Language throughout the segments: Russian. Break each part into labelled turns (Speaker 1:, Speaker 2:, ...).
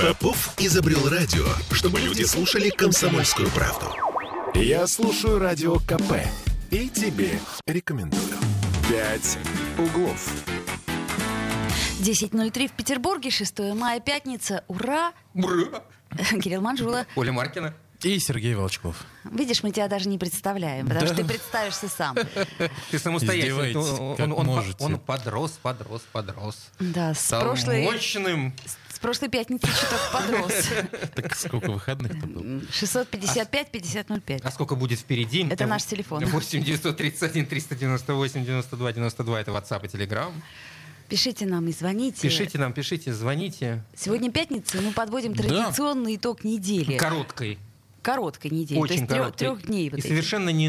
Speaker 1: Попов изобрел радио, чтобы люди слушали комсомольскую правду.
Speaker 2: Я слушаю радио КП и тебе рекомендую. Пять углов.
Speaker 3: 10.03 в Петербурге, 6 мая, пятница. Ура!
Speaker 4: Бра.
Speaker 3: Кирилл Манжула.
Speaker 4: Оля Маркина.
Speaker 5: И Сергей Волчков.
Speaker 3: Видишь, мы тебя даже не представляем, потому что ты представишься сам.
Speaker 4: Ты самостоятельный.
Speaker 5: Издеваетесь,
Speaker 4: Он,
Speaker 5: как
Speaker 4: он- он по-
Speaker 5: можете.
Speaker 4: он подрос, подрос, подрос.
Speaker 3: Да, с
Speaker 4: Стал
Speaker 3: прошлой,
Speaker 4: мощным.
Speaker 3: с прошлой пятницы чуток подрос.
Speaker 5: Так сколько выходных-то было?
Speaker 3: 655-5005.
Speaker 4: А сколько будет впереди?
Speaker 3: Это наш телефон.
Speaker 4: 8 931 398 92 92 это WhatsApp и Telegram.
Speaker 3: Пишите нам и звоните.
Speaker 4: Пишите нам, пишите, звоните.
Speaker 3: Сегодня пятница, и мы подводим
Speaker 5: Да.
Speaker 3: традиционный итог недели.
Speaker 4: Короткой.
Speaker 3: Короткой недели.
Speaker 4: очень
Speaker 3: то есть
Speaker 4: короткой.
Speaker 3: трех дней. Вот
Speaker 4: и
Speaker 3: этих.
Speaker 4: совершенно не,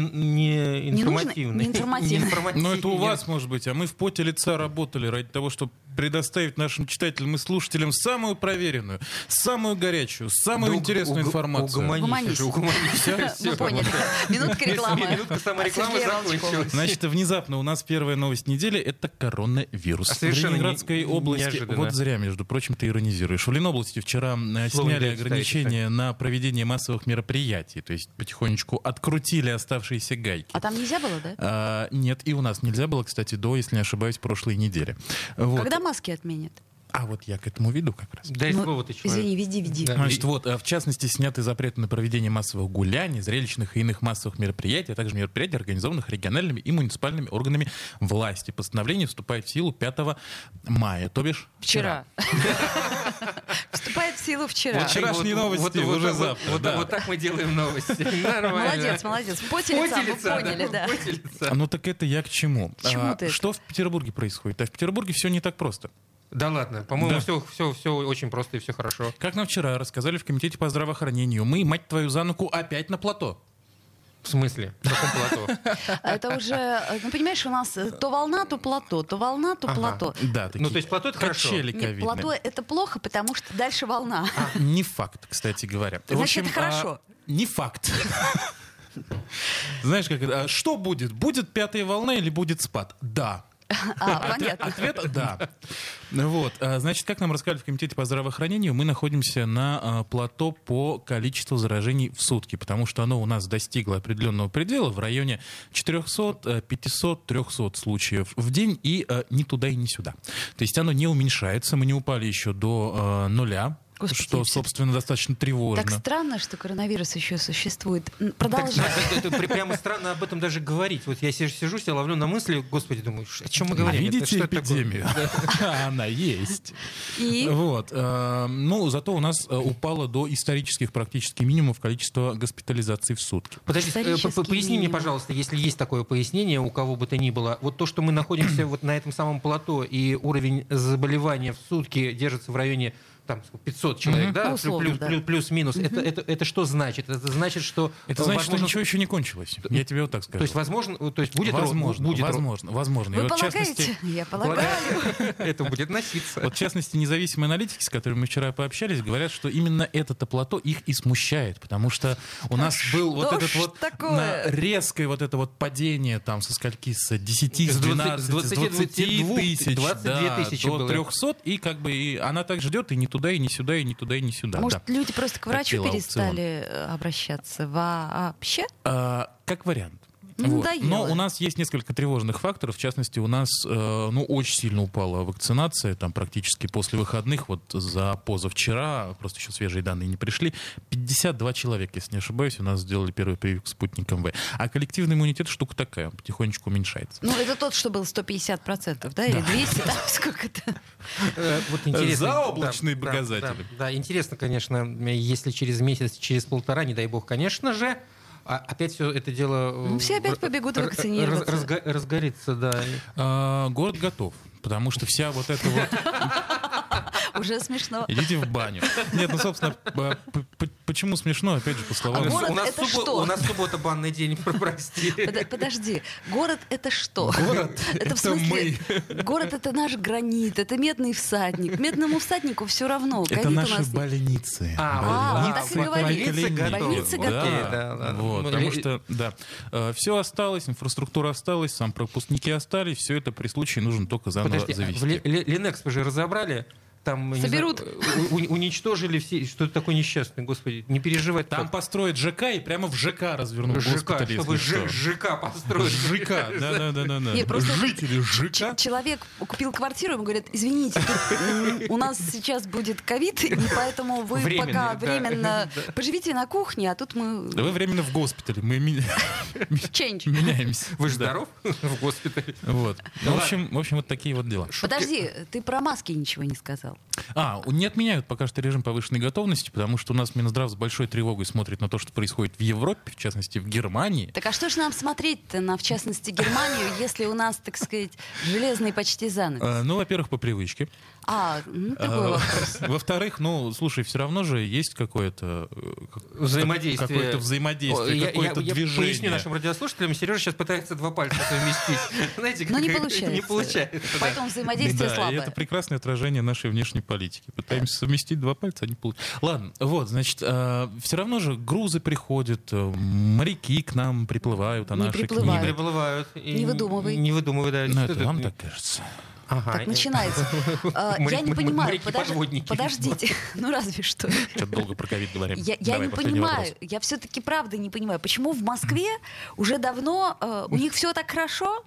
Speaker 3: Не
Speaker 4: не
Speaker 3: нужно-
Speaker 4: информативной.
Speaker 3: не информативной.
Speaker 4: информативной.
Speaker 5: Ну, это у вас, может быть, а мы в поте лица работали ради того, чтобы предоставить нашим читателям и слушателям самую проверенную, самую горячую, самую
Speaker 4: Да уг-
Speaker 5: интересную
Speaker 4: уг-
Speaker 5: информацию.
Speaker 4: Угомонись уже, угомонись.
Speaker 3: Мы
Speaker 4: Всё.
Speaker 3: Ну, поняли. Минутка рекламы.
Speaker 4: Минутка саморекламы
Speaker 3: Сергей Волчков.
Speaker 4: закончилась.
Speaker 5: Значит, внезапно у нас первая новость недели — это коронавирус.
Speaker 4: А совершенно
Speaker 5: в Ленинградской
Speaker 4: не-
Speaker 5: области...
Speaker 4: неожиданно.
Speaker 5: Вот зря, между прочим, ты иронизируешь. В Ленобласти вчера э,
Speaker 4: Слово не
Speaker 5: сняли
Speaker 4: даёте,
Speaker 5: ограничения на проведение массовых мероприятий, то есть потихонечку открутили оставшиеся гайки.
Speaker 3: А там нельзя было, да?
Speaker 5: А, нет, и у нас нельзя было, кстати, до, если не ошибаюсь, прошлой недели. Вот.
Speaker 3: Когда маски отменят?
Speaker 5: А вот я к этому веду как раз.
Speaker 4: Дай
Speaker 3: Ну,
Speaker 4: слово ты, человек.
Speaker 3: Извини, веди, веди.
Speaker 4: Да.
Speaker 5: Значит, вот, э, в частности, сняты запреты на проведение массовых гуляний, зрелищных и иных массовых мероприятий, а также мероприятий, организованных региональными и муниципальными органами власти. Постановление вступает в силу 5 мая, то бишь
Speaker 3: Вчера. Вступает в силу вчера.
Speaker 5: Вот вчерашние
Speaker 4: Вот-
Speaker 5: новости
Speaker 4: вот- вот-
Speaker 5: уже
Speaker 4: вот-
Speaker 5: завтра,
Speaker 4: вот-
Speaker 5: да.
Speaker 4: Вот так мы делаем новости. Нормально.
Speaker 3: Молодец, молодец. В поте лица,
Speaker 4: Поте
Speaker 3: мы
Speaker 4: лица,
Speaker 3: поняли, да.
Speaker 4: поте
Speaker 5: А,
Speaker 4: лица.
Speaker 5: Ну так это я к чему? А,
Speaker 3: К чему ты это?
Speaker 5: что в Петербурге происходит? А в Петербурге все не так просто.
Speaker 4: Да ладно, по-моему,
Speaker 5: Да.
Speaker 4: все, все, все очень просто и все хорошо.
Speaker 5: Как нам вчера рассказали в комитете по здравоохранению, мы, мать твою, за нуку опять на плато.
Speaker 4: В смысле? В каком плато?
Speaker 3: Это уже, э, ну понимаешь, у нас э, то волна, то плато, то волна, то
Speaker 4: Ага.
Speaker 3: плато.
Speaker 5: Да, такие
Speaker 4: Ну, то есть плато это хорошо.
Speaker 5: качели
Speaker 3: Нет,
Speaker 5: ковидные.
Speaker 3: плато это плохо, потому что дальше волна.
Speaker 5: А, Не факт, кстати говоря. В
Speaker 3: Значит,
Speaker 5: общем,
Speaker 3: это хорошо.
Speaker 5: а, не факт. Знаешь, как это? а Что будет? Будет пятая волна или будет спад? Да.
Speaker 3: А, понятно.
Speaker 5: Ответ — да. Ну Вот, а, значит, как нам рассказали в Комитете по здравоохранению, мы находимся на а, плато по количеству заражений в сутки, потому что оно у нас достигло определенного предела в районе 400, э, 500, 300 случаев в день и э, ни туда и ни сюда. То есть оно не уменьшается, мы не упали еще до э, нуля,
Speaker 3: Господи,
Speaker 5: что,
Speaker 3: я всё-
Speaker 5: собственно, достаточно
Speaker 3: Так
Speaker 5: тревожно.
Speaker 3: странно, что коронавирус еще существует. М,
Speaker 4: Так,
Speaker 3: Продолжай.
Speaker 4: это- это при- прямо странно об этом даже говорить. Вот я си- сижу, себя ловлю на мысли, господи, думаю, ш- о чем мы говорим? Это
Speaker 5: А Видите
Speaker 4: что такое?
Speaker 5: эпидемию? Она есть.
Speaker 3: И
Speaker 5: Вот. э, Ну, зато у нас э, упало до исторических практически минимумов количество госпитализаций в сутки.
Speaker 4: Подожди, э, по- по-
Speaker 3: Исторический
Speaker 4: поясни мне,
Speaker 3: минимум.
Speaker 4: пожалуйста, если есть такое пояснение у кого бы то ни было, вот то, что мы находимся вот на этом самом плато, и уровень заболевания в сутки держится в районе там, сколько, 500 человек, да,
Speaker 3: Ну, условно,
Speaker 4: плюс,
Speaker 3: да.
Speaker 4: плюс- плюс-минус, это, это, это что значит? Это значит, что...
Speaker 5: Это
Speaker 4: э,
Speaker 5: значит, что
Speaker 4: возможно-
Speaker 5: ничего еще не кончилось. Я тебе вот так скажу.
Speaker 4: То есть, возможно, э, то есть будет рост?
Speaker 5: возможно,
Speaker 4: Будет рост.
Speaker 5: возможно, возможно. И
Speaker 3: вы
Speaker 5: вот, в
Speaker 3: полагаете?
Speaker 5: частности,
Speaker 3: Я полагаю.
Speaker 4: Полагаю, Это будет носиться.
Speaker 5: вот в частности, независимые аналитики, с которыми мы вчера пообщались, говорят, что именно это плато их и смущает, потому что у нас был вот
Speaker 3: что
Speaker 5: этот
Speaker 3: ж
Speaker 5: вот
Speaker 3: такое?
Speaker 5: на- резкое вот это вот падение там со скольки, с 10, с
Speaker 4: С
Speaker 5: 12,
Speaker 4: двадцати-
Speaker 5: с
Speaker 4: с
Speaker 5: 20
Speaker 4: 22
Speaker 5: тысяч,
Speaker 4: 22
Speaker 5: да,
Speaker 4: тысячи
Speaker 5: до
Speaker 4: было.
Speaker 5: 300, и как бы и она так ждет и не туда, и не сюда, и не туда, и не сюда. да.
Speaker 3: Может, люди просто к врачу
Speaker 5: Хотела аукцион.
Speaker 3: перестали э, обращаться вообще?
Speaker 5: А, как вариант.
Speaker 3: Ну,
Speaker 5: Вот.
Speaker 3: надоело.
Speaker 5: Но у нас есть несколько тревожных факторов. В частности, у нас э, ну, очень сильно упала вакцинация. Там практически после выходных, вот за позавчера, просто еще свежие данные не пришли, 52 человека, если не ошибаюсь, у нас сделали первый прививку спутником В. А коллективный иммунитет штука такая, он потихонечку уменьшается.
Speaker 3: Ну, это тот, что был 150%, да? Или 200, там сколько это?
Speaker 4: Э, Вот интересно.
Speaker 5: Заоблачные
Speaker 4: Да, да,
Speaker 5: показатели.
Speaker 4: Да, да, интересно, конечно, м, если через месяц, через полтора, не дай бог, конечно же, а опять все это дело... э,
Speaker 3: Ну, все опять
Speaker 4: р-
Speaker 3: побегут
Speaker 4: р-
Speaker 3: вакцинироваться.
Speaker 4: раз- разго- разгорится, да.
Speaker 5: А, город готов. Потому что вся вот эта вот...
Speaker 3: Уже смешно.
Speaker 5: Идите в баню. Нет, ну, собственно, п- п- почему смешно? Опять же, по словам...
Speaker 3: А город
Speaker 4: Э, у, нас
Speaker 3: это
Speaker 4: суббо-
Speaker 3: что?
Speaker 4: у нас суббота банный день, про- прости.
Speaker 3: Подо- Подожди, город это что? Город это в смысле, город это наш гранит, это медный всадник. Медному всаднику все равно.
Speaker 5: Это
Speaker 3: ковид у
Speaker 5: наши
Speaker 3: нас-
Speaker 5: больницы.
Speaker 3: А,
Speaker 4: вот
Speaker 3: он так и говорит.
Speaker 4: Больницы
Speaker 3: Больница
Speaker 4: готовы.
Speaker 3: Больница
Speaker 4: Окей,
Speaker 3: готова. готовы.
Speaker 4: да, да.
Speaker 5: Вот,
Speaker 4: Ну,
Speaker 5: потому
Speaker 4: и-
Speaker 5: что, да, все осталось, инфраструктура осталась, сам пропускники остались, все это при случае нужно только заново
Speaker 4: Подожди, а в
Speaker 5: завести.
Speaker 4: Ли- Ли- Линекс вы же разобрали? там не
Speaker 3: Соберут.
Speaker 4: знаю, у- у- уничтожили все. Что ты такой несчастный, господи, не переживай.
Speaker 5: Там
Speaker 4: так.
Speaker 5: построят ЖК и прямо в ЖК развернут
Speaker 4: ЖК,
Speaker 5: госпиталь,
Speaker 4: чтобы
Speaker 5: если
Speaker 4: Ж-
Speaker 5: что.
Speaker 4: ЖК построить.
Speaker 5: ЖК, да-да-да-да.
Speaker 3: Нет, просто-
Speaker 5: Жители
Speaker 3: Ч-
Speaker 5: ЖК.
Speaker 3: Человек купил квартиру, ему говорят, извините, тут, м, у нас сейчас будет ковид, и поэтому вы
Speaker 4: Временно,
Speaker 3: пока
Speaker 4: да.
Speaker 3: временно поживите на кухне, а тут мы...
Speaker 5: Да вы временно в госпитале, мы ми-
Speaker 3: Change.
Speaker 5: меняемся.
Speaker 4: Вы же
Speaker 5: Да.
Speaker 4: здоров в госпитале?
Speaker 5: Вот. В общем, в общем, вот такие вот дела.
Speaker 3: Подожди, ты про маски ничего не сказал.
Speaker 5: А, не отменяют пока что режим повышенной готовности, потому что у нас Минздрав с большой тревогой смотрит на то, что происходит в Европе, в частности, в Германии.
Speaker 3: Так а что ж нам смотреть-то на, в частности, Германию, если у нас, так сказать, железный почти занавес?
Speaker 5: Э, Ну, во-первых, по привычке.
Speaker 3: А, ну,
Speaker 5: А,
Speaker 3: другой вопрос.
Speaker 5: Во-вторых, ну, слушай, все равно же есть какое-то... э, как-
Speaker 4: Взаимодействие.
Speaker 5: Какое-то взаимодействие,
Speaker 4: О, я-
Speaker 5: какое-то
Speaker 4: я- я
Speaker 5: движение.
Speaker 4: поясню нашим радиослушателям, Сережа сейчас пытается два пальца совместить. Знаете,
Speaker 3: Но не
Speaker 4: как-
Speaker 3: получается.
Speaker 4: Не получается, да.
Speaker 3: Поэтому взаимодействие
Speaker 5: да, и
Speaker 3: слабое.
Speaker 5: это прекрасное отражение нашей внешней политики. Пытаемся совместить два пальца, а не получается. Ладно, вот, значит, все равно же грузы приходят, э, моряки к нам приплывают, а
Speaker 3: Не
Speaker 5: наши
Speaker 3: приплывают.
Speaker 5: к ним.
Speaker 4: Приплывают. и
Speaker 3: Не выдумывай.
Speaker 4: Не выдумывай, да.
Speaker 5: Ну,
Speaker 4: Что
Speaker 5: это
Speaker 4: ты-
Speaker 5: вам так кажется.
Speaker 4: Ага.
Speaker 3: Так начинается. А,
Speaker 4: Моря-
Speaker 3: Я не
Speaker 4: моря-
Speaker 3: понимаю,
Speaker 4: моряки-
Speaker 3: подож-
Speaker 4: подводники.
Speaker 3: подождите, ну разве что.
Speaker 5: Что-то долго про ковид говорим.
Speaker 3: Я, я
Speaker 5: Давай,
Speaker 3: не
Speaker 5: последний
Speaker 3: понимаю,
Speaker 5: вопрос.
Speaker 3: я все-таки правда не понимаю, почему в Москве уже давно э, у них все так хорошо,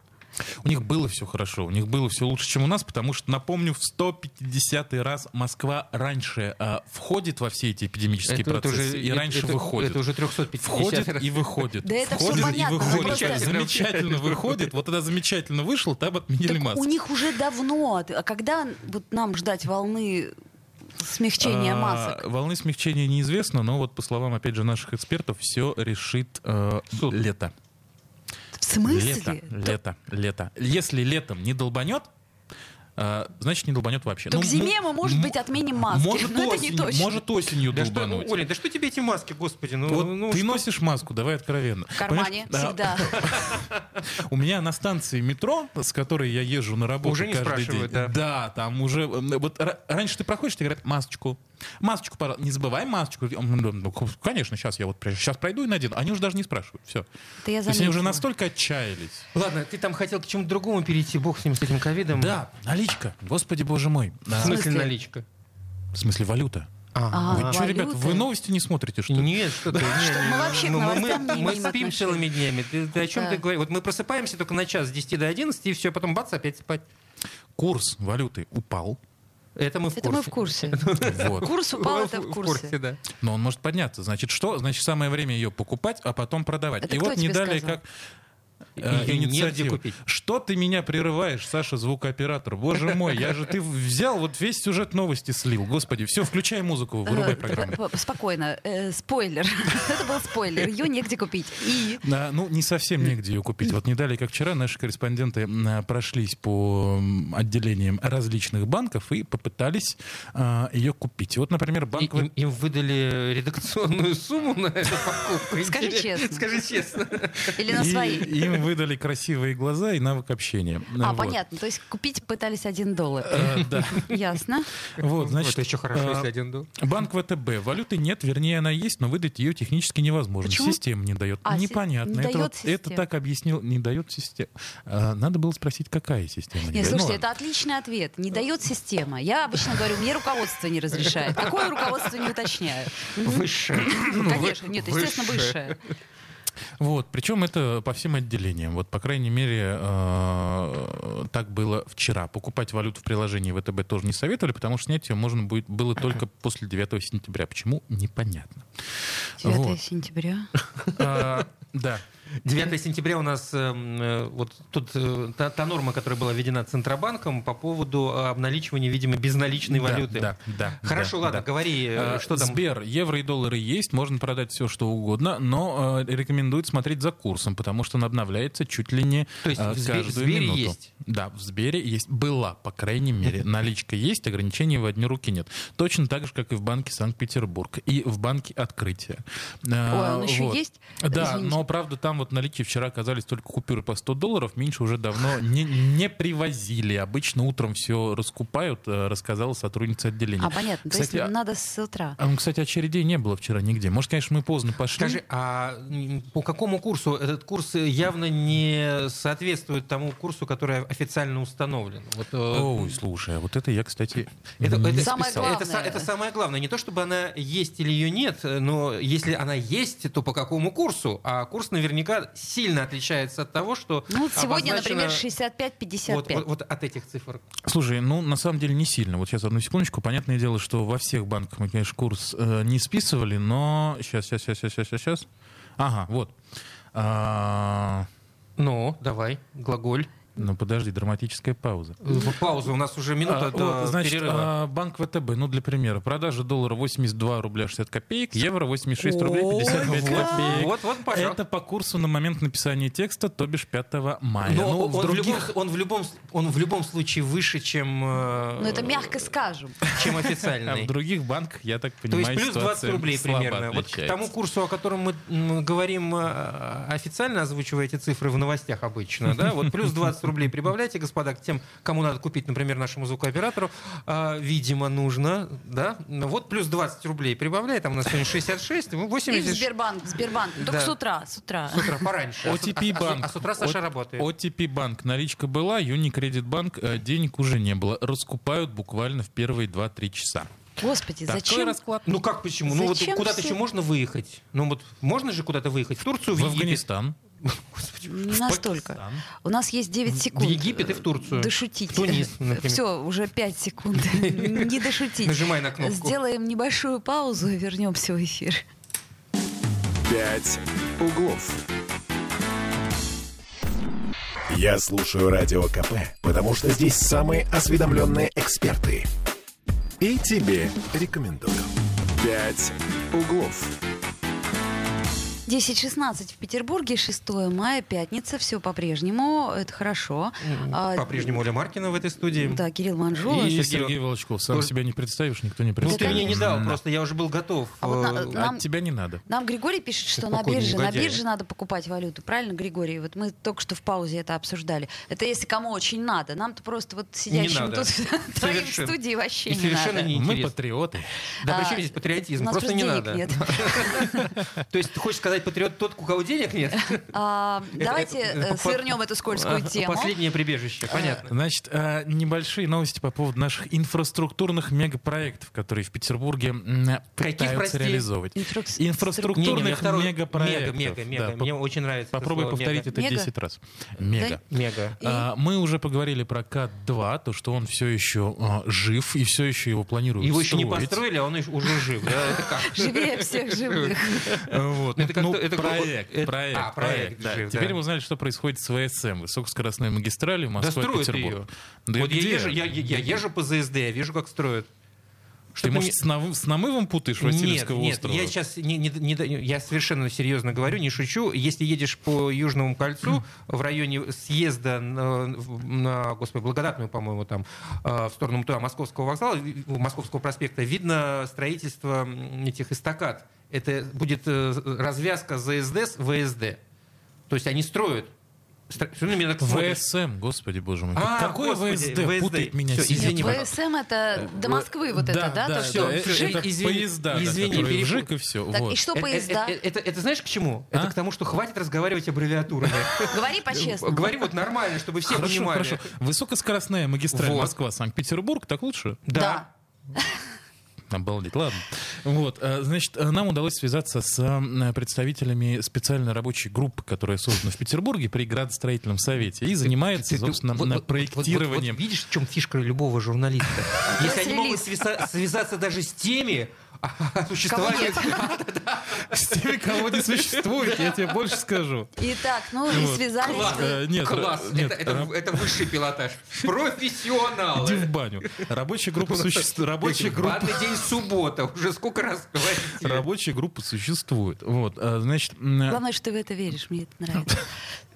Speaker 5: У них было все хорошо, у них было все лучше, чем у нас, потому что, напомню, в 150-й раз Москва раньше э, входит во все эти эпидемические
Speaker 4: Это- это
Speaker 5: процессы
Speaker 4: уже-
Speaker 5: и
Speaker 4: это-
Speaker 5: раньше
Speaker 4: это-
Speaker 5: выходит.
Speaker 4: это уже 350
Speaker 5: Входит
Speaker 4: раз.
Speaker 5: и выходит.
Speaker 3: Да это всё
Speaker 5: входит и
Speaker 3: понятно,
Speaker 5: выходит.
Speaker 3: вы просто-
Speaker 5: Замечательно выходит. Вот тогда замечательно вышло, там отменили
Speaker 3: Так у
Speaker 5: маску.
Speaker 3: них уже давно. А когда вот нам ждать волны смягчения
Speaker 5: А,
Speaker 3: масок?
Speaker 5: Волны смягчения неизвестно, но вот по словам, опять же, наших экспертов, все решит э,
Speaker 4: Суд.
Speaker 5: лето.
Speaker 3: В смысле?
Speaker 5: Лето, лето, лето. Если летом не долбанет, э, значит, не долбанет вообще. Ну,
Speaker 3: То к зиме
Speaker 5: м-
Speaker 3: мы, может
Speaker 5: м-
Speaker 3: быть, отменим маски.
Speaker 5: Может,
Speaker 3: Но это не
Speaker 5: осенью,
Speaker 3: точно.
Speaker 5: может осенью
Speaker 4: Да что,
Speaker 5: долбануть.
Speaker 4: Оля, да что тебе эти маски, господи? Ну,
Speaker 5: Вот
Speaker 4: ну,
Speaker 5: ты
Speaker 4: что-
Speaker 5: носишь маску, давай откровенно.
Speaker 3: В кармане
Speaker 5: Понимаешь, да,
Speaker 3: всегда.
Speaker 5: У меня на станции метро, с которой я езжу на работу
Speaker 4: Уже не
Speaker 5: каждый день.
Speaker 4: спрашивают, да.
Speaker 5: там уже... м, Вот ра- раньше ты проходишь, тебе говорят, масочку. Масочку, пожалуйста. Не забывай масочку. Я говорю, «Ну, Конечно, сейчас я вот сейчас пройду и надену. Они уже даже не спрашивают. Все.
Speaker 3: Да я
Speaker 5: То есть они уже
Speaker 3: заметила.
Speaker 5: настолько отчаялись.
Speaker 4: Ладно, ты там хотел к чему-то другому перейти, бог с ним, с этим ковидом.
Speaker 5: Да, наличка. Господи, боже мой.
Speaker 4: В
Speaker 5: Да.
Speaker 3: В
Speaker 4: смысле
Speaker 3: смысле?
Speaker 4: наличка?
Speaker 5: В смысле, валюта.
Speaker 3: А,
Speaker 5: вы что,
Speaker 3: валюта.
Speaker 5: ребят, вы новости не смотрите, что ли?
Speaker 4: Нет, что ты? не, не,
Speaker 3: мы вообще к новостям не
Speaker 4: мы
Speaker 3: имеем
Speaker 4: спим
Speaker 3: отношения.
Speaker 4: целыми днями. Ты, ты о чем
Speaker 3: Да.
Speaker 4: ты говоришь? Вот мы просыпаемся только на час с 10 до 11, и все, потом бац, опять спать.
Speaker 5: Курс валюты упал.
Speaker 4: Это мы в
Speaker 3: Это
Speaker 4: курсе.
Speaker 3: мы в курсе.
Speaker 5: Вот.
Speaker 3: Курс упал, это в курсе.
Speaker 4: да.
Speaker 5: Но он может подняться. Значит, что? Значит, самое время ее покупать, а потом продавать.
Speaker 3: Это
Speaker 5: и
Speaker 3: кто
Speaker 5: вот не
Speaker 3: тебе
Speaker 5: далее,
Speaker 3: сказал?
Speaker 5: как э,
Speaker 4: Её А, негде
Speaker 5: инициатива.
Speaker 4: купить.
Speaker 5: Что ты меня прерываешь, Саша, звукооператор? Боже мой, я же ты взял вот весь сюжет новости слил. Господи, все, включай музыку, вырубай
Speaker 3: Э,
Speaker 5: программу.
Speaker 3: п- п- Спокойно. Э, Спойлер. Это был спойлер. Ее негде купить. И
Speaker 5: Да, ну, не совсем негде ее купить. Вот не далее, как вчера, наши корреспонденты м, а, прошлись по м, отделениям различных банков и попытались а, ее купить. Вот, например,
Speaker 4: И-
Speaker 5: банк...
Speaker 4: им, им выдали редакционную сумму на эту покупку.
Speaker 3: Скажи
Speaker 4: Интерес-
Speaker 3: честно.
Speaker 4: Скажи честно.
Speaker 3: или на
Speaker 5: и
Speaker 3: свои.
Speaker 5: им выдали красивые глаза и навык общения.
Speaker 3: А,
Speaker 5: Вот.
Speaker 3: понятно. То есть купить пытались один доллар.
Speaker 5: Э, да.
Speaker 3: Ясно.
Speaker 5: Вот, значит,
Speaker 4: Ну, это еще хорошо,
Speaker 5: а,
Speaker 4: если один дол.
Speaker 5: Банк ВТБ. Валюты нет, вернее, она есть, но выдать ее технически невозможно.
Speaker 3: Почему?
Speaker 5: Система не дает.
Speaker 3: А, си-
Speaker 5: Непонятно.
Speaker 3: не
Speaker 5: это,
Speaker 3: дает
Speaker 5: вот-
Speaker 3: система.
Speaker 5: это так объяснил, не дает система. А, надо было спросить, какая система. не
Speaker 3: Нет,
Speaker 5: дает.
Speaker 3: слушайте,
Speaker 5: Ну
Speaker 3: это отличный ответ. Не дает система. Я обычно говорю, мне руководство не разрешает. Какое руководство не уточняю?
Speaker 4: Высшее.
Speaker 3: Ну, Конечно, нет, естественно, высшее.
Speaker 5: ладно. Вот, причем это по всем отделениям. Вот, по крайней мере, э, так было вчера. Покупать валюту в приложении ВТБ тоже не советовали, потому что снять ее можно будет было только после 9 сентября. Почему? Непонятно.
Speaker 3: 9
Speaker 5: Вот.
Speaker 3: сентября.
Speaker 5: А, Да.
Speaker 4: 9 сентября у нас эм, э, вот тут э, та, та норма, которая была введена Центробанком по поводу э, обналичивания, видимо, безналичной
Speaker 5: Да,
Speaker 4: валюты.
Speaker 5: да, да,
Speaker 4: Хорошо,
Speaker 5: да,
Speaker 4: ладно,
Speaker 5: да.
Speaker 4: говори, э,
Speaker 5: Э,
Speaker 4: что там.
Speaker 5: Сбер, евро и доллары есть, можно продать все, что угодно, но э, рекомендуют смотреть за курсом, потому что он обновляется чуть ли не
Speaker 4: То есть
Speaker 5: э,
Speaker 4: в Сбе- в
Speaker 5: каждую
Speaker 4: Сбере
Speaker 5: минуту.
Speaker 4: есть?
Speaker 5: Да, в Сбере есть. Была, по крайней мере. Наличка есть, ограничений в одни руки нет. Точно так же, как и в банке Санкт-Петербург и в банке Открытия. Э,
Speaker 3: Ой, он еще есть?
Speaker 5: Да,
Speaker 3: Извините.
Speaker 5: но правда там вот в наличии вчера оказались только купюры по 100 долларов, меньше уже давно не, не привозили. Обычно утром все раскупают, э, рассказала сотрудница отделения.
Speaker 3: А, понятно.
Speaker 5: Кстати,
Speaker 3: То
Speaker 5: а-
Speaker 3: есть надо с утра.
Speaker 5: а, Кстати, очередей не было вчера нигде. Может, конечно, мы поздно пошли.
Speaker 4: Скажи, а м, по какому курсу? Этот курс явно не соответствует тому курсу, который официально установлен. Вот, э,
Speaker 5: Ой, слушай, а вот это я, кстати,
Speaker 4: это, это-
Speaker 3: Самое
Speaker 4: это са-
Speaker 3: главное.
Speaker 4: это самое главное. Не то, чтобы она есть или ее нет, э, но если она есть, то по какому курсу? А курс наверняка сильно отличается от того, что...
Speaker 3: Ну, вот сегодня,
Speaker 4: обозначено
Speaker 3: например, 65-55.
Speaker 4: вот, вот- вот от этих цифр.
Speaker 5: Слушай, ну на самом деле не сильно. Вот сейчас одну секундочку. Понятное дело, что во всех банках мы, конечно, курс э, не списывали, но сейчас, сейчас, сейчас, сейчас, сейчас, сейчас. Ага, вот. А,
Speaker 4: Ну, давай, глаголь.
Speaker 5: Ну подожди, драматическая пауза.
Speaker 4: Э, Пауза, у нас уже минута
Speaker 5: А,
Speaker 4: до
Speaker 5: вот, значит,
Speaker 4: перерыва.
Speaker 5: а, банк ВТБ, ну для примера, продажа доллара 82 рубля 60 копеек, евро 86 рублей 55
Speaker 4: Ой, вот,
Speaker 5: копеек.
Speaker 4: вот, вот, пожалуйста.
Speaker 5: Это по курсу на момент написания текста, то бишь 5 мая.
Speaker 4: Но
Speaker 5: Ну,
Speaker 4: он, в любом, он, в любом, с- он в любом случае выше, чем, э,
Speaker 3: Ну, это мягко скажем.
Speaker 4: чем
Speaker 5: А в
Speaker 4: официальный.
Speaker 5: других банках, я так
Speaker 4: То
Speaker 5: понимаю,
Speaker 4: есть плюс 20
Speaker 5: ситуация
Speaker 4: рублей
Speaker 5: слабо
Speaker 4: примерно. Вот к
Speaker 5: отличается.
Speaker 4: тому курсу, о котором мы м, говорим э, официально, озвучивая эти цифры в новостях обычно, да, вот плюс 20 рублей прибавляйте, господа, к тем, кому надо купить, например, нашему звукооператору, а, видимо, нужно, да, Ну, вот плюс 20 рублей прибавляй, там у нас сегодня 66, ну,
Speaker 3: И в
Speaker 4: 86
Speaker 3: Сбербанк, в Сбербанк. Только
Speaker 4: Да.
Speaker 3: с утра, с утра.
Speaker 4: с утра пораньше. А с-
Speaker 5: OTP
Speaker 4: а с- а с-
Speaker 5: банк.
Speaker 4: А с утра Саша работает.
Speaker 5: OTP банк. Наличка была, Юникредит банк. э, Денег уже не было. Раскупают буквально в первые 2-3 часа.
Speaker 3: Господи,
Speaker 5: Такой
Speaker 3: зачем?
Speaker 5: расклад.
Speaker 4: Ну как почему? Ну вот
Speaker 3: Зачем
Speaker 4: куда-то
Speaker 3: все-
Speaker 4: еще можно выехать. Ну вот можно же куда-то выехать. В Турцию, в,
Speaker 5: В
Speaker 4: Египет.
Speaker 5: Афганистан.
Speaker 3: Не настолько. У нас есть 9 секунд.
Speaker 4: Египет и в Турцию.
Speaker 3: Дошутите.
Speaker 4: В Тунис, например.
Speaker 3: Все, уже 5 секунд. Не дошутить.
Speaker 4: Нажимай на кнопку.
Speaker 3: Сделаем небольшую паузу и вернемся в эфир.
Speaker 2: «Пять углов». Я слушаю Радио КП, потому что здесь самые осведомленные эксперты. И тебе рекомендую. «Пять углов».
Speaker 3: 10.16 в Петербурге, 6 мая, пятница. Все по-прежнему, это хорошо. А,
Speaker 4: По-прежнему Оля Маркина в этой студии.
Speaker 3: Да, Кирилл Манжула.
Speaker 5: И
Speaker 4: Ну, Сергей
Speaker 5: Сергей Волочков. Сам
Speaker 4: Тоже-
Speaker 5: себя не представишь, никто не
Speaker 4: Ну, ты
Speaker 5: представит.
Speaker 4: мне не дал,
Speaker 5: М,
Speaker 4: просто я уже был готов.
Speaker 3: А вот на-
Speaker 4: э,
Speaker 5: а
Speaker 3: Нам-
Speaker 5: тебя не надо.
Speaker 3: Нам Григорий пишет, что на
Speaker 4: Упокойные
Speaker 3: бирже, на
Speaker 4: негодяи.
Speaker 3: бирже надо покупать валюту. Правильно, Григорий? Вот мы только что в паузе это обсуждали. Это если кому очень надо. Нам-то просто вот сидящим
Speaker 4: надо.
Speaker 3: тут троим в
Speaker 4: Совершенно.
Speaker 3: студии вообще
Speaker 4: И
Speaker 3: не
Speaker 4: совершенно
Speaker 3: надо.
Speaker 4: не-
Speaker 5: Мы
Speaker 4: Неинтересно.
Speaker 5: патриоты.
Speaker 4: Да
Speaker 3: А,
Speaker 4: при чем здесь
Speaker 3: у
Speaker 4: патриотизм?
Speaker 3: нас
Speaker 4: Просто не
Speaker 3: денег
Speaker 4: надо.
Speaker 3: нет.
Speaker 4: То есть ты хочешь сказать патриот тот, у кого денег нет?
Speaker 3: А, Давайте
Speaker 4: это- это
Speaker 3: э,
Speaker 4: по-
Speaker 3: свернем эту скользкую тему.
Speaker 4: Последнее прибежище, понятно.
Speaker 5: Значит, э, небольшие новости по поводу наших инфраструктурных мегапроектов, которые в Петербурге м, пытаются
Speaker 4: прости?
Speaker 5: реализовать.
Speaker 3: Инфраструк-
Speaker 4: Не, не, у меня
Speaker 5: Инфраструктурных
Speaker 4: второй-
Speaker 5: мегапроектов.
Speaker 4: Мега, мега, мега.
Speaker 5: Да,
Speaker 4: Мне очень нравится это
Speaker 5: Попробуй
Speaker 4: слово,
Speaker 5: повторить
Speaker 4: мега.
Speaker 5: это
Speaker 3: Мега?
Speaker 5: 10 раз. Мега.
Speaker 4: Мега.
Speaker 3: И-
Speaker 5: А, Мы уже поговорили про К2, то, что он все еще а, жив и все еще его планируют
Speaker 4: Его еще не
Speaker 5: строить.
Speaker 4: построили, а он ещё уже жив. да? Это как?
Speaker 3: Живее всех живых.
Speaker 5: Вот.
Speaker 4: Это как-то-
Speaker 5: Ну,
Speaker 4: это как-
Speaker 5: проект,
Speaker 4: это-
Speaker 5: проект,
Speaker 4: а, проект
Speaker 5: да.
Speaker 4: жив, да.
Speaker 5: Теперь мы узнали, что происходит с ВСМ, высокоскоростной магистрали
Speaker 4: Да строят ее.
Speaker 5: Москва-Петербург. Да
Speaker 4: Вот я
Speaker 5: где?
Speaker 4: езжу- я- я- я езжу по ЗСД, я вижу, как строят.
Speaker 5: Ты,
Speaker 4: Что-то
Speaker 5: может,
Speaker 4: не-
Speaker 5: с, навы- с намывом путаешь
Speaker 4: Нет,
Speaker 5: Васильевского
Speaker 4: нет,
Speaker 5: острова?
Speaker 4: я сейчас не, не- не- я совершенно серьезно говорю, не шучу. Если едешь по Южному кольцу в районе съезда на, в- на, господи, благодатную, по-моему, там э, в сторону туда Московского вокзала, ви- Московского проспекта, видно строительство м, этих эстакад. Это будет э, развязка ЗСД с ВСД. То есть они строят. Стро- всё время так смотришь.
Speaker 5: ВСМ, господи боже мой.
Speaker 4: А,
Speaker 5: Какой
Speaker 4: господи,
Speaker 5: ВСД?
Speaker 4: ВСД?
Speaker 5: Путает меня
Speaker 4: Всё,
Speaker 5: сидит.
Speaker 4: извини, Э,
Speaker 3: Нет, ВСМ это до Москвы вот это, да? То,
Speaker 4: да,
Speaker 3: что
Speaker 4: это-
Speaker 3: жи-
Speaker 4: это- извини,
Speaker 5: поезда, да,
Speaker 4: извини,
Speaker 5: которые
Speaker 4: перепу-
Speaker 5: вжик и все.
Speaker 3: Так, и что
Speaker 4: Э, э,
Speaker 3: поезда?
Speaker 4: э, э, Это, это знаешь к чему?
Speaker 5: А?
Speaker 4: Это к тому, что хватит разговаривать аббревиатурами.
Speaker 3: Говори по-честному.
Speaker 4: э, Говори вот нормально, чтобы все
Speaker 5: Хорошо,
Speaker 4: понимали.
Speaker 5: хорошо. Высокоскоростная магистраль
Speaker 4: Вот.
Speaker 5: Москва-Санкт-Петербург, так лучше?
Speaker 3: Да.
Speaker 5: Обалдеть, ладно. Вот, э, значит, э, нам удалось связаться с э, представителями специальной рабочей группы, которая создана в Петербурге при градостроительном совете и занимается,
Speaker 4: Ты- ты-
Speaker 5: собственно,
Speaker 4: вот- вот-
Speaker 5: на
Speaker 4: вот- вот-
Speaker 5: проектированием.
Speaker 4: вот видишь, в чем фишка любого журналиста? Если они
Speaker 3: Пресс-релиз.
Speaker 4: могут свиса- связаться даже с теми, о существовании-
Speaker 5: С теми, кого не существует, я тебе больше скажу.
Speaker 3: Итак, ну и
Speaker 5: Вот.
Speaker 3: связались. вы.
Speaker 5: Э, Нет,
Speaker 4: Класс,
Speaker 5: нет,
Speaker 4: это- это это высший пилотаж.
Speaker 5: Иди
Speaker 4: Профессионалы.
Speaker 5: в баню. Рабочая группа существует. Рабочая группа.
Speaker 4: Ладно, день суббота. Уже сколько раз говорите.
Speaker 5: Рабочая группа существует. Вот, а, значит, м,
Speaker 4: э.
Speaker 3: Главное, что ты в это веришь, мне это нравится.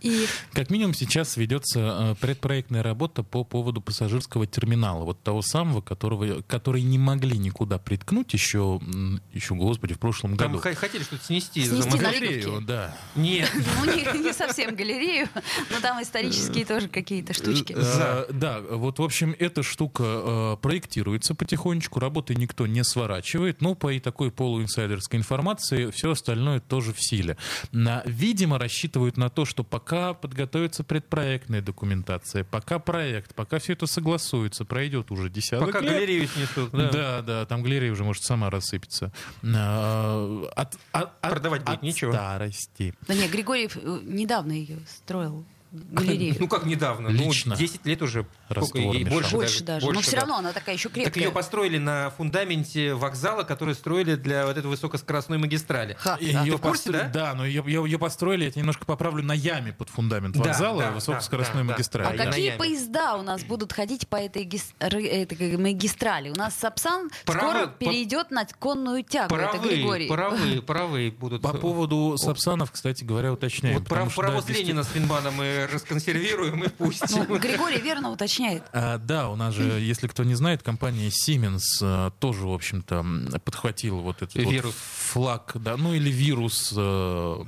Speaker 3: И
Speaker 5: как минимум сейчас ведется э, предпроектная работа по поводу пассажирского терминала, вот того самого, которого, который не могли никуда приткнуть еще еще, м, еще, господи, в прошлом
Speaker 4: Там
Speaker 5: году.
Speaker 4: х- хотели что-то снести.
Speaker 3: Снести
Speaker 4: замазать.
Speaker 3: на Лиговке.
Speaker 5: Галерею, да.
Speaker 4: Нет.
Speaker 3: Ну, не, не совсем галерею, но там исторические тоже какие-то штучки.
Speaker 5: Э, э, Да, вот, в общем, эта штука э, проектируется потихонечку, работы никто не сворачивает, но по и такой полуинсайдерской информации все остальное тоже в силе. На, видимо, рассчитывают на то, что пока подготовится предпроектная документация, пока проект, пока все это согласуется, пройдет уже десяток
Speaker 4: Пока
Speaker 5: лет.
Speaker 4: галерею снесут.
Speaker 5: Да.
Speaker 4: да.
Speaker 5: ну да, там галерея уже может сама рассыпется. А, От, от- от-
Speaker 4: Продавать будет
Speaker 5: от
Speaker 4: нечего.
Speaker 5: Старости.
Speaker 3: Да не, Григорьев э, недавно ее строил, галерею.
Speaker 4: Ну как недавно?
Speaker 5: Лично.
Speaker 4: Ну, 10 лет уже. Сколько
Speaker 5: Раствор
Speaker 4: ей?
Speaker 5: мешал.
Speaker 4: Больше,
Speaker 3: Больше даже. Но все
Speaker 4: да.
Speaker 3: равно она такая еще
Speaker 4: Так ее
Speaker 3: крепкая.
Speaker 4: построили на фундаменте вокзала, который строили для вот этой высокоскоростной магистрали.
Speaker 3: Ха,
Speaker 5: Её
Speaker 3: да.
Speaker 4: а Ты в курсе,
Speaker 5: постро-
Speaker 4: да?
Speaker 5: но ее, построили, я тебя немножко поправлю, на яме под фундамент
Speaker 4: Да,
Speaker 5: вокзала,
Speaker 4: да,
Speaker 5: высокоскоростной
Speaker 4: да, да.
Speaker 5: магистрали.
Speaker 3: А
Speaker 4: я-
Speaker 3: какие
Speaker 4: Наяме.
Speaker 3: поезда у нас будут ходить по этой, гис- р- этой как магистрали? У нас Сапсан
Speaker 4: Паровы-
Speaker 3: скоро
Speaker 4: по-
Speaker 3: перейдет на конную тягу. это
Speaker 4: Паровые,
Speaker 3: Григорий.
Speaker 4: паровые, паровые будут.
Speaker 5: По поводу Сапсанов, кстати говоря, уточняем.
Speaker 4: Вот прав-
Speaker 5: потому что,
Speaker 4: паровоз
Speaker 5: да,
Speaker 4: Ленина с Финбана мы расконсервируем и
Speaker 3: Ну,
Speaker 4: пустим.
Speaker 3: Григорий верно уточняет.
Speaker 5: А, да, у нас же, если кто не знает, компания Siemens э, тоже, в общем-то, м, подхватила вот этот вот
Speaker 4: Вирус.
Speaker 5: флаг, да, ну или вирус э,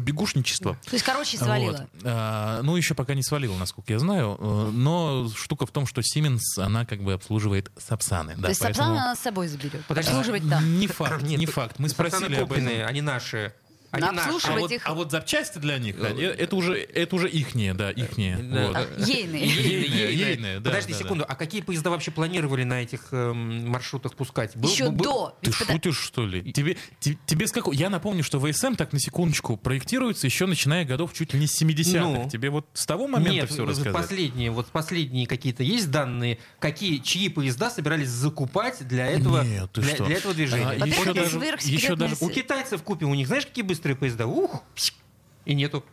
Speaker 5: побегушничества.
Speaker 3: То есть, короче, свалила.
Speaker 5: Вот. А, ну, еще пока не свалила, насколько я знаю. э, Но штука в том, что Siemens, она как бы обслуживает Сапсаны. Да,
Speaker 3: То есть
Speaker 5: поэтому-
Speaker 3: Сапсан она с собой заберет.
Speaker 4: Подожди.
Speaker 3: Обслуживать там.
Speaker 5: Э, Не факт, не факт. Мы спросили об этом.
Speaker 4: купленные, они наши. Они
Speaker 3: На
Speaker 4: наши.
Speaker 3: обслуживание.
Speaker 5: А
Speaker 3: Чтобы
Speaker 5: вот,
Speaker 3: этих-
Speaker 5: а вот запчасти для них, да, э, это уже, это уже ихние, да, ихние.
Speaker 4: э, Да.
Speaker 5: Вот.
Speaker 3: А, Ейный.
Speaker 5: Ейные, ейные, да,
Speaker 4: Подожди
Speaker 5: да, да.
Speaker 4: секунду, а какие поезда вообще планировали на этих эм, маршрутах пускать? Был-
Speaker 3: Еще
Speaker 4: был- был-
Speaker 3: до.
Speaker 5: Ты
Speaker 3: Ведь пода-
Speaker 5: шутишь, что ли? Тебе, те- тебе с какого... Я напомню, что ВСМ, так на секундочку, проектируется еще начиная годов чуть ли не с 70-х.
Speaker 4: Ну.
Speaker 5: тебе вот с того момента
Speaker 4: Нет,
Speaker 5: все
Speaker 4: вот
Speaker 5: рассказать?
Speaker 4: последние, вот последние какие-то есть данные, какие, чьи поезда собирались закупать для этого,
Speaker 5: Нет, ты
Speaker 4: для,
Speaker 5: что?
Speaker 4: для этого
Speaker 5: А,
Speaker 4: движения?
Speaker 3: Во-первых,
Speaker 5: еще
Speaker 3: это
Speaker 5: даже,
Speaker 3: сверхсекретная
Speaker 5: еще даже
Speaker 4: У китайцев купим, у них знаешь, какие быстрые поезда? Ух, пш, и нету.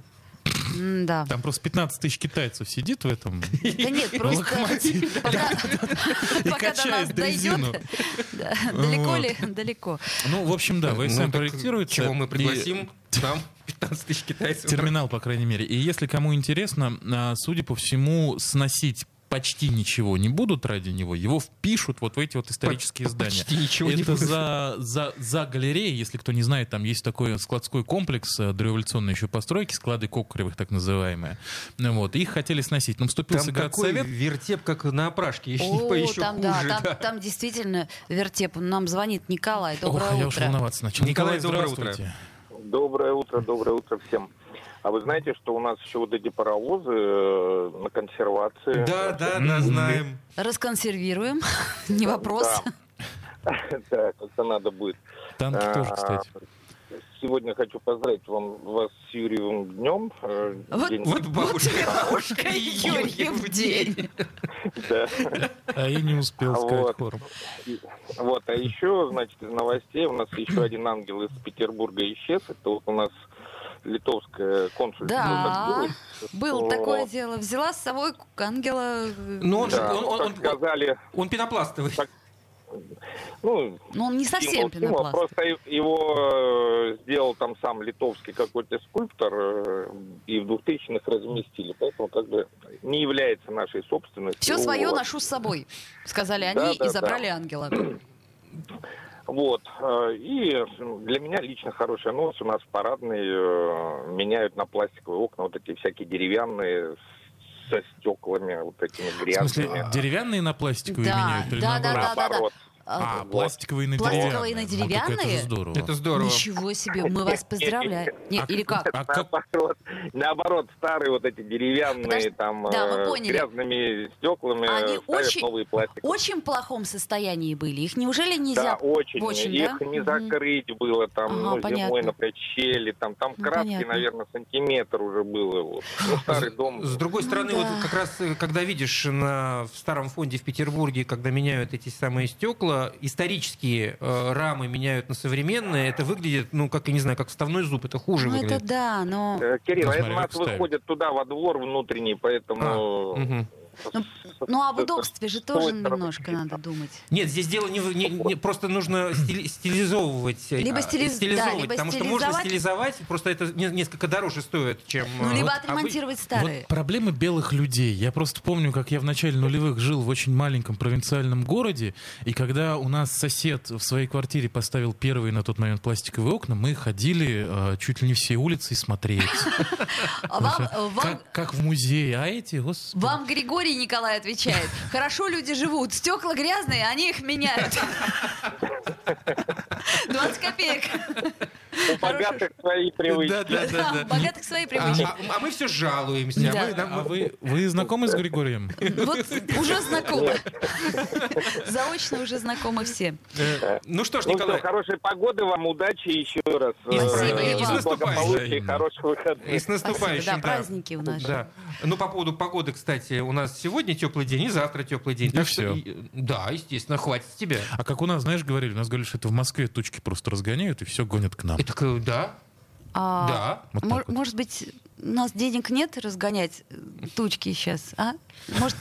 Speaker 3: М, Да.
Speaker 5: Там просто 15 тысяч китайцев сидит в этом.
Speaker 3: Да нет, просто пока, пока до нас
Speaker 5: качает дрезину.
Speaker 3: дойдет, да, далеко ли? Далеко.
Speaker 5: Ну, в общем, да,
Speaker 4: Ну,
Speaker 5: ВСМ
Speaker 4: так
Speaker 5: проектируется.
Speaker 4: Чего мы
Speaker 5: и-
Speaker 4: пригласим? Там 15 тысяч китайцев.
Speaker 5: Терминал, по крайней мере. И если кому интересно, а, судя по всему, сносить почти ничего не будут ради него, его впишут вот в эти вот исторические
Speaker 4: По-
Speaker 5: здания.
Speaker 4: почти ничего не
Speaker 5: Это
Speaker 4: будет.
Speaker 5: за, за, за галереей, если кто не знает, там есть такой складской комплекс э, дореволюционной еще постройки, склады Кокоревых так называемые. Ну Вот, их хотели сносить. Но вступился
Speaker 4: Там такой
Speaker 5: городсовет.
Speaker 4: вертеп, как на опрашке, еще,
Speaker 3: О,
Speaker 4: еще
Speaker 3: там,
Speaker 4: хуже.
Speaker 3: да, там,
Speaker 4: да.
Speaker 3: там действительно вертеп. Нам звонит Николай.
Speaker 5: Ох, а
Speaker 3: Доброе
Speaker 5: я уж
Speaker 3: утро.
Speaker 5: волноваться начал.
Speaker 4: Николай, доброе утро.
Speaker 5: здравствуйте.
Speaker 6: Доброе утро, доброе утро всем. А вы знаете, что у нас еще вот эти паровозы э, на консервации?
Speaker 4: Да, да, да, знаем.
Speaker 3: Расконсервируем. Не вопрос.
Speaker 6: Да. Да, как-то надо будет.
Speaker 5: Танки
Speaker 6: А,
Speaker 5: тоже, кстати.
Speaker 6: Сегодня хочу поздравить вам, вас с Юрьевым днем. э,
Speaker 3: Вот-
Speaker 6: день-
Speaker 4: Вот бабушка.
Speaker 3: Бабушка Юрьев день.
Speaker 6: да.
Speaker 5: А я не успел
Speaker 6: А
Speaker 5: сказать
Speaker 6: вот.
Speaker 5: хором.
Speaker 6: Вот, а еще, значит, из новостей у нас еще один ангел из Петербурга исчез. Это вот у нас литовское консульство.
Speaker 3: Да.
Speaker 6: так делает,
Speaker 3: Было
Speaker 6: что-
Speaker 3: такое дело. Взяла с собой ангела. э,
Speaker 4: Ну, он же-
Speaker 6: Да,
Speaker 4: он- он-
Speaker 6: как
Speaker 4: он-
Speaker 6: сказали,
Speaker 4: Он пенопластовый.
Speaker 6: Так. ну,
Speaker 3: Но он не совсем
Speaker 6: символ символа.
Speaker 3: пенопласт.
Speaker 6: Просто и- его э, сделал там сам литовский какой-то скульптор, э, и в 2000-х разместили. Поэтому как бы не является нашей собственностью.
Speaker 3: Все свое
Speaker 6: Вот.
Speaker 3: ношу с собой, сказали
Speaker 6: Да,
Speaker 3: они
Speaker 6: да,
Speaker 3: и
Speaker 6: да.
Speaker 3: забрали ангела.
Speaker 6: Вот. Э, И для меня лично хорошая новость. У нас в парадной э, меняют на пластиковые окна вот эти всякие деревянные с- со стеклами вот этими
Speaker 5: В смысле,
Speaker 6: грязными.
Speaker 5: деревянные на пластиковые
Speaker 3: Да,
Speaker 5: меняют? или
Speaker 3: да, да,
Speaker 5: наоборот?
Speaker 3: да.
Speaker 6: Наоборот.
Speaker 3: А,
Speaker 5: А, пластиковые на деревянные.
Speaker 3: Пластиковые на
Speaker 5: Ну, так это
Speaker 3: деревянные?
Speaker 5: же здорово.
Speaker 4: Это здорово.
Speaker 3: Ничего себе, мы вас поздравляем. Не, или как?
Speaker 5: А как-
Speaker 6: Наоборот, наоборот, старые вот эти деревянные
Speaker 3: Подожди,
Speaker 6: там
Speaker 3: да, мы
Speaker 6: э,
Speaker 3: поняли.
Speaker 6: грязными стеклами
Speaker 3: Они
Speaker 6: ставят
Speaker 3: очень-
Speaker 6: новые пластиковые.
Speaker 3: В очень плохом состоянии были. Их неужели
Speaker 6: Да,
Speaker 3: нельзя?
Speaker 6: очень.
Speaker 3: очень,
Speaker 6: Их
Speaker 3: да?
Speaker 6: не
Speaker 3: Мгм.
Speaker 6: закрыть было там,
Speaker 3: Ага,
Speaker 6: ну,
Speaker 3: понятно.
Speaker 6: зимой, например, щели, там, там
Speaker 3: Ну,
Speaker 6: краски,
Speaker 3: понятно.
Speaker 6: наверное, сантиметр уже было. Вот. Ну, старый дом.
Speaker 4: С другой
Speaker 3: Ну
Speaker 4: стороны,
Speaker 3: да.
Speaker 4: вот как раз э, когда видишь на, в старом фонде в Петербурге, когда меняют эти самые стекла, исторические э, рамы меняют на современные, это выглядит, ну, как, я не знаю, как вставной зуб, это хуже
Speaker 3: Ну это
Speaker 4: выглядит.
Speaker 3: да, но
Speaker 6: Э, Кирилл,
Speaker 5: Ну,
Speaker 6: а это
Speaker 5: смотря
Speaker 6: нас
Speaker 5: как ставят. А,
Speaker 6: выходит туда во двор внутренний, поэтому
Speaker 4: Мгм.
Speaker 3: Ну, ну об удобстве же тоже немножко надо думать.
Speaker 4: Нет, здесь дело не, в- не- не- просто нужно стили- стилизовывать. э,
Speaker 3: Либо стили- да,
Speaker 4: стилизовывать,
Speaker 3: либо
Speaker 4: потому что можно
Speaker 3: стилизовать.
Speaker 4: стилизовать, просто это не- несколько дороже стоит, чем...
Speaker 3: Ну,
Speaker 4: э,
Speaker 3: либо
Speaker 4: вот
Speaker 3: отремонтировать
Speaker 5: Вот
Speaker 3: старые.
Speaker 5: проблемы белых людей. Я просто помню, как я в начале нулевых жил в очень маленьком провинциальном городе, и когда у нас сосед в своей квартире поставил первые на тот момент пластиковые окна, мы ходили э, чуть ли не все улицы и смотрели.
Speaker 3: А вам,
Speaker 5: Потому что
Speaker 3: э, вам,
Speaker 5: Как, как в музее, а эти, господи.
Speaker 3: вам Григорий Николай отвечает. Хорошо люди живут, стекла грязные, они их меняют. 20 копеек.
Speaker 6: У богатых свои привычки.
Speaker 5: Да,
Speaker 6: Ну
Speaker 5: да, да, да.
Speaker 3: У богатых свои
Speaker 4: А,
Speaker 3: привычки.
Speaker 4: а- а мы все жалуемся. а
Speaker 3: Да.
Speaker 4: мы- нам-
Speaker 5: А вы, вы знакомы с Григорием?
Speaker 3: Вот уже знакомы. Заочно уже знакомы все.
Speaker 4: э, ну что ж,
Speaker 6: Ну что,
Speaker 4: Николай,
Speaker 6: хорошей погоды вам, удачи еще раз.
Speaker 3: Спасибо,
Speaker 6: Э,
Speaker 3: и вам.
Speaker 6: Благополучия и
Speaker 5: Взаимно.
Speaker 6: хороших
Speaker 4: и
Speaker 6: выходных.
Speaker 4: с наступающим.
Speaker 3: Спасибо, да, праздники у нас же.
Speaker 4: Да. Ну, по поводу погоды, кстати, у нас сегодня теплый день и завтра теплый день. Так что-
Speaker 5: всё.
Speaker 4: и- Да, естественно, хватит с тебя.
Speaker 5: А как у нас, знаешь, говорили, у нас говорили, что это в Москве тучки просто разгоняют и все гонят к нам.
Speaker 4: И так, э, да,
Speaker 3: А,
Speaker 4: да.
Speaker 5: Вот
Speaker 3: мор-
Speaker 5: так вот.
Speaker 3: Может быть, у нас денег нет разгонять э, тучки сейчас, а? Может,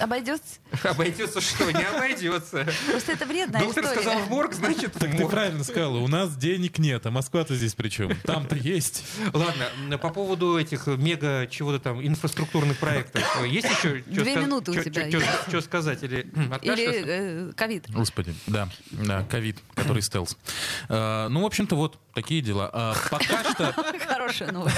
Speaker 3: обойдется?
Speaker 4: Обойдется что? Не обойдется.
Speaker 3: Просто это вредная
Speaker 4: Доктор
Speaker 3: история.
Speaker 4: сказал в морг, значит, в
Speaker 5: Ты
Speaker 4: морг.
Speaker 5: правильно сказала, у нас денег нет, а Москва-то здесь при чем? Там-то есть.
Speaker 4: Ладно, м, по поводу этих мега чего-то там инфраструктурных проектов. э, Есть еще
Speaker 3: Две минуты у тебя
Speaker 4: Что сказать? Или м, откажешься?
Speaker 3: Или э, ковид.
Speaker 5: Господи, да, да, ковид, который стелс. Э, ну, в общем-то, вот такие дела. А пока что...
Speaker 3: Хорошая новость.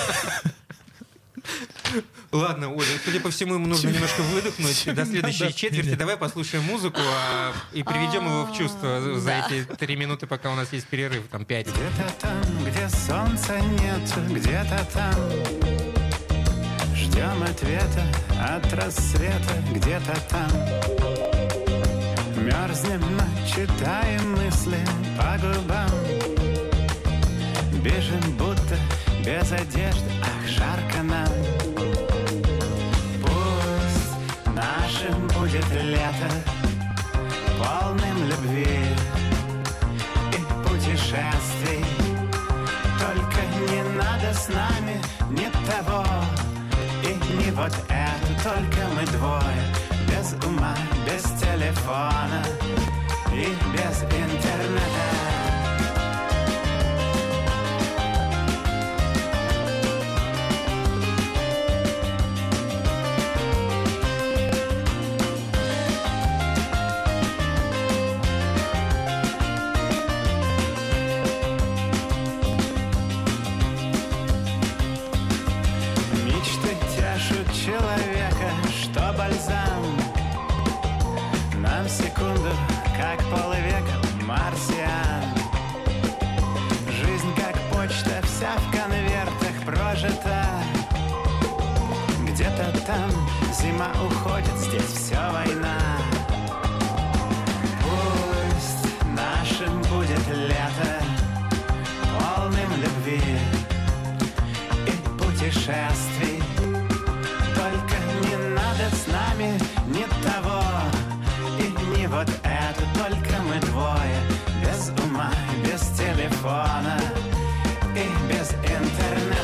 Speaker 4: Ладно, Оля, судя по всему, ему нужно немножко выдохнуть до следующей четверти. Давай послушаем музыку а, и приведем его в чувство за- за
Speaker 3: да.
Speaker 4: эти три минуты, пока у нас есть перерыв, там пять.
Speaker 7: Где-то там, где солнца нет, где-то там Ждем ответа от рассвета, где-то там Мерзнем, но читаем мысли по губам Бежим, будто без одежды, ах, жарко нам Пусть нашим будет лето, полным любви и путешествий. Только не надо с нами ни того и не вот это. Только мы двое, без ума, без телефона и без интернета. Мечты тешут человека, что бальзам Нам секунду, как полвека марсиан Жизнь как почта, вся в конвертах прожита Где-то там зима уходит, здесь все война Пусть нашим будет лето, полным любви и путешествий. Только не надо с нами ни того и не вот это. Только мы двое, без ума, без телефона и без интернета.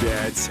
Speaker 2: Пять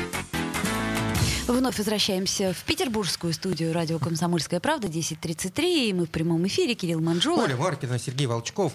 Speaker 3: Вновь возвращаемся в петербургскую студию радио «Комсомольская правда» 10.33. И мы в прямом эфире. Кирилл Манжула.
Speaker 4: Оля Маркина, Сергей Волчков.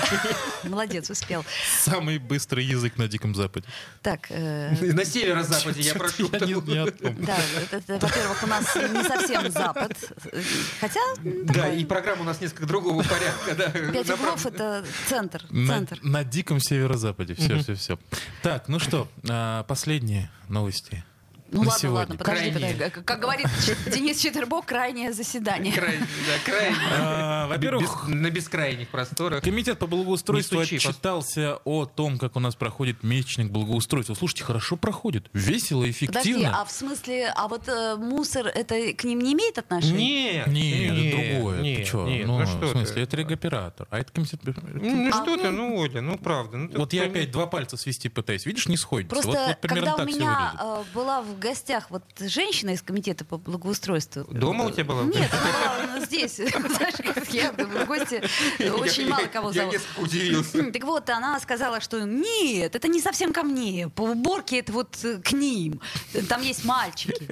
Speaker 3: Молодец, успел.
Speaker 5: Самый быстрый язык на Диком Западе.
Speaker 3: Так, э,
Speaker 4: На северо-западе я
Speaker 5: Чё-то
Speaker 4: прошу.
Speaker 5: я не- не о том.
Speaker 3: да, это- это, во-первых, у нас не совсем Запад. э, Хотя м,
Speaker 4: Да, и программа у нас несколько другого порядка. да.
Speaker 3: пять углов —
Speaker 4: Направ-
Speaker 3: это центр.
Speaker 5: На,
Speaker 3: центр.
Speaker 5: на Диком Северо-Западе. Все, все, все. Так, ну что, а, последние новости.
Speaker 3: Ну
Speaker 5: на
Speaker 3: ладно,
Speaker 5: сегодня.
Speaker 3: ладно, подожди,
Speaker 4: Крайнее.
Speaker 3: подожди. Как- Как говорит Денис Четербок, крайнее заседание.
Speaker 4: Крайне, да, крайне.
Speaker 5: А, Во-первых,
Speaker 4: Без- на бескрайних просторах.
Speaker 5: Комитет по благоустройству
Speaker 4: Не стучи,
Speaker 5: отчитался о том, как у нас проходит месячник благоустройства. Слушайте, хорошо проходит. Весело,
Speaker 3: Подожди, а
Speaker 5: эффективно.
Speaker 3: в смысле, а вот э, мусор это к ним не имеет отношения?
Speaker 4: Нет,
Speaker 5: Не, это другое.
Speaker 4: нет,
Speaker 5: ты чё?
Speaker 4: нет,
Speaker 5: ну,
Speaker 4: ну что
Speaker 5: в смысле,
Speaker 4: ты.
Speaker 5: это регоператор. А это комитет...
Speaker 4: Ну, ну
Speaker 3: А,
Speaker 4: что ты,
Speaker 3: ну.
Speaker 4: ну, Оля, ну правда. ну ты
Speaker 5: Вот я
Speaker 4: пойми.
Speaker 5: опять два пальца свести пытаюсь. Видишь, не сходится.
Speaker 3: Просто
Speaker 5: вот, вот примерно
Speaker 3: когда у
Speaker 5: так всё
Speaker 3: меня
Speaker 5: выглядит.
Speaker 3: э, была в гостях вот женщина из комитета по благоустройству.
Speaker 4: Дома у тебя была?
Speaker 3: Нет, она была здесь. Знаешь, как я думаю, гости очень мало кого
Speaker 4: Я
Speaker 3: зовут.
Speaker 4: несколько удивился.
Speaker 3: Так вот, она сказала, что нет, это не совсем ко мне. По уборке это вот э, к ним. Там есть мальчики.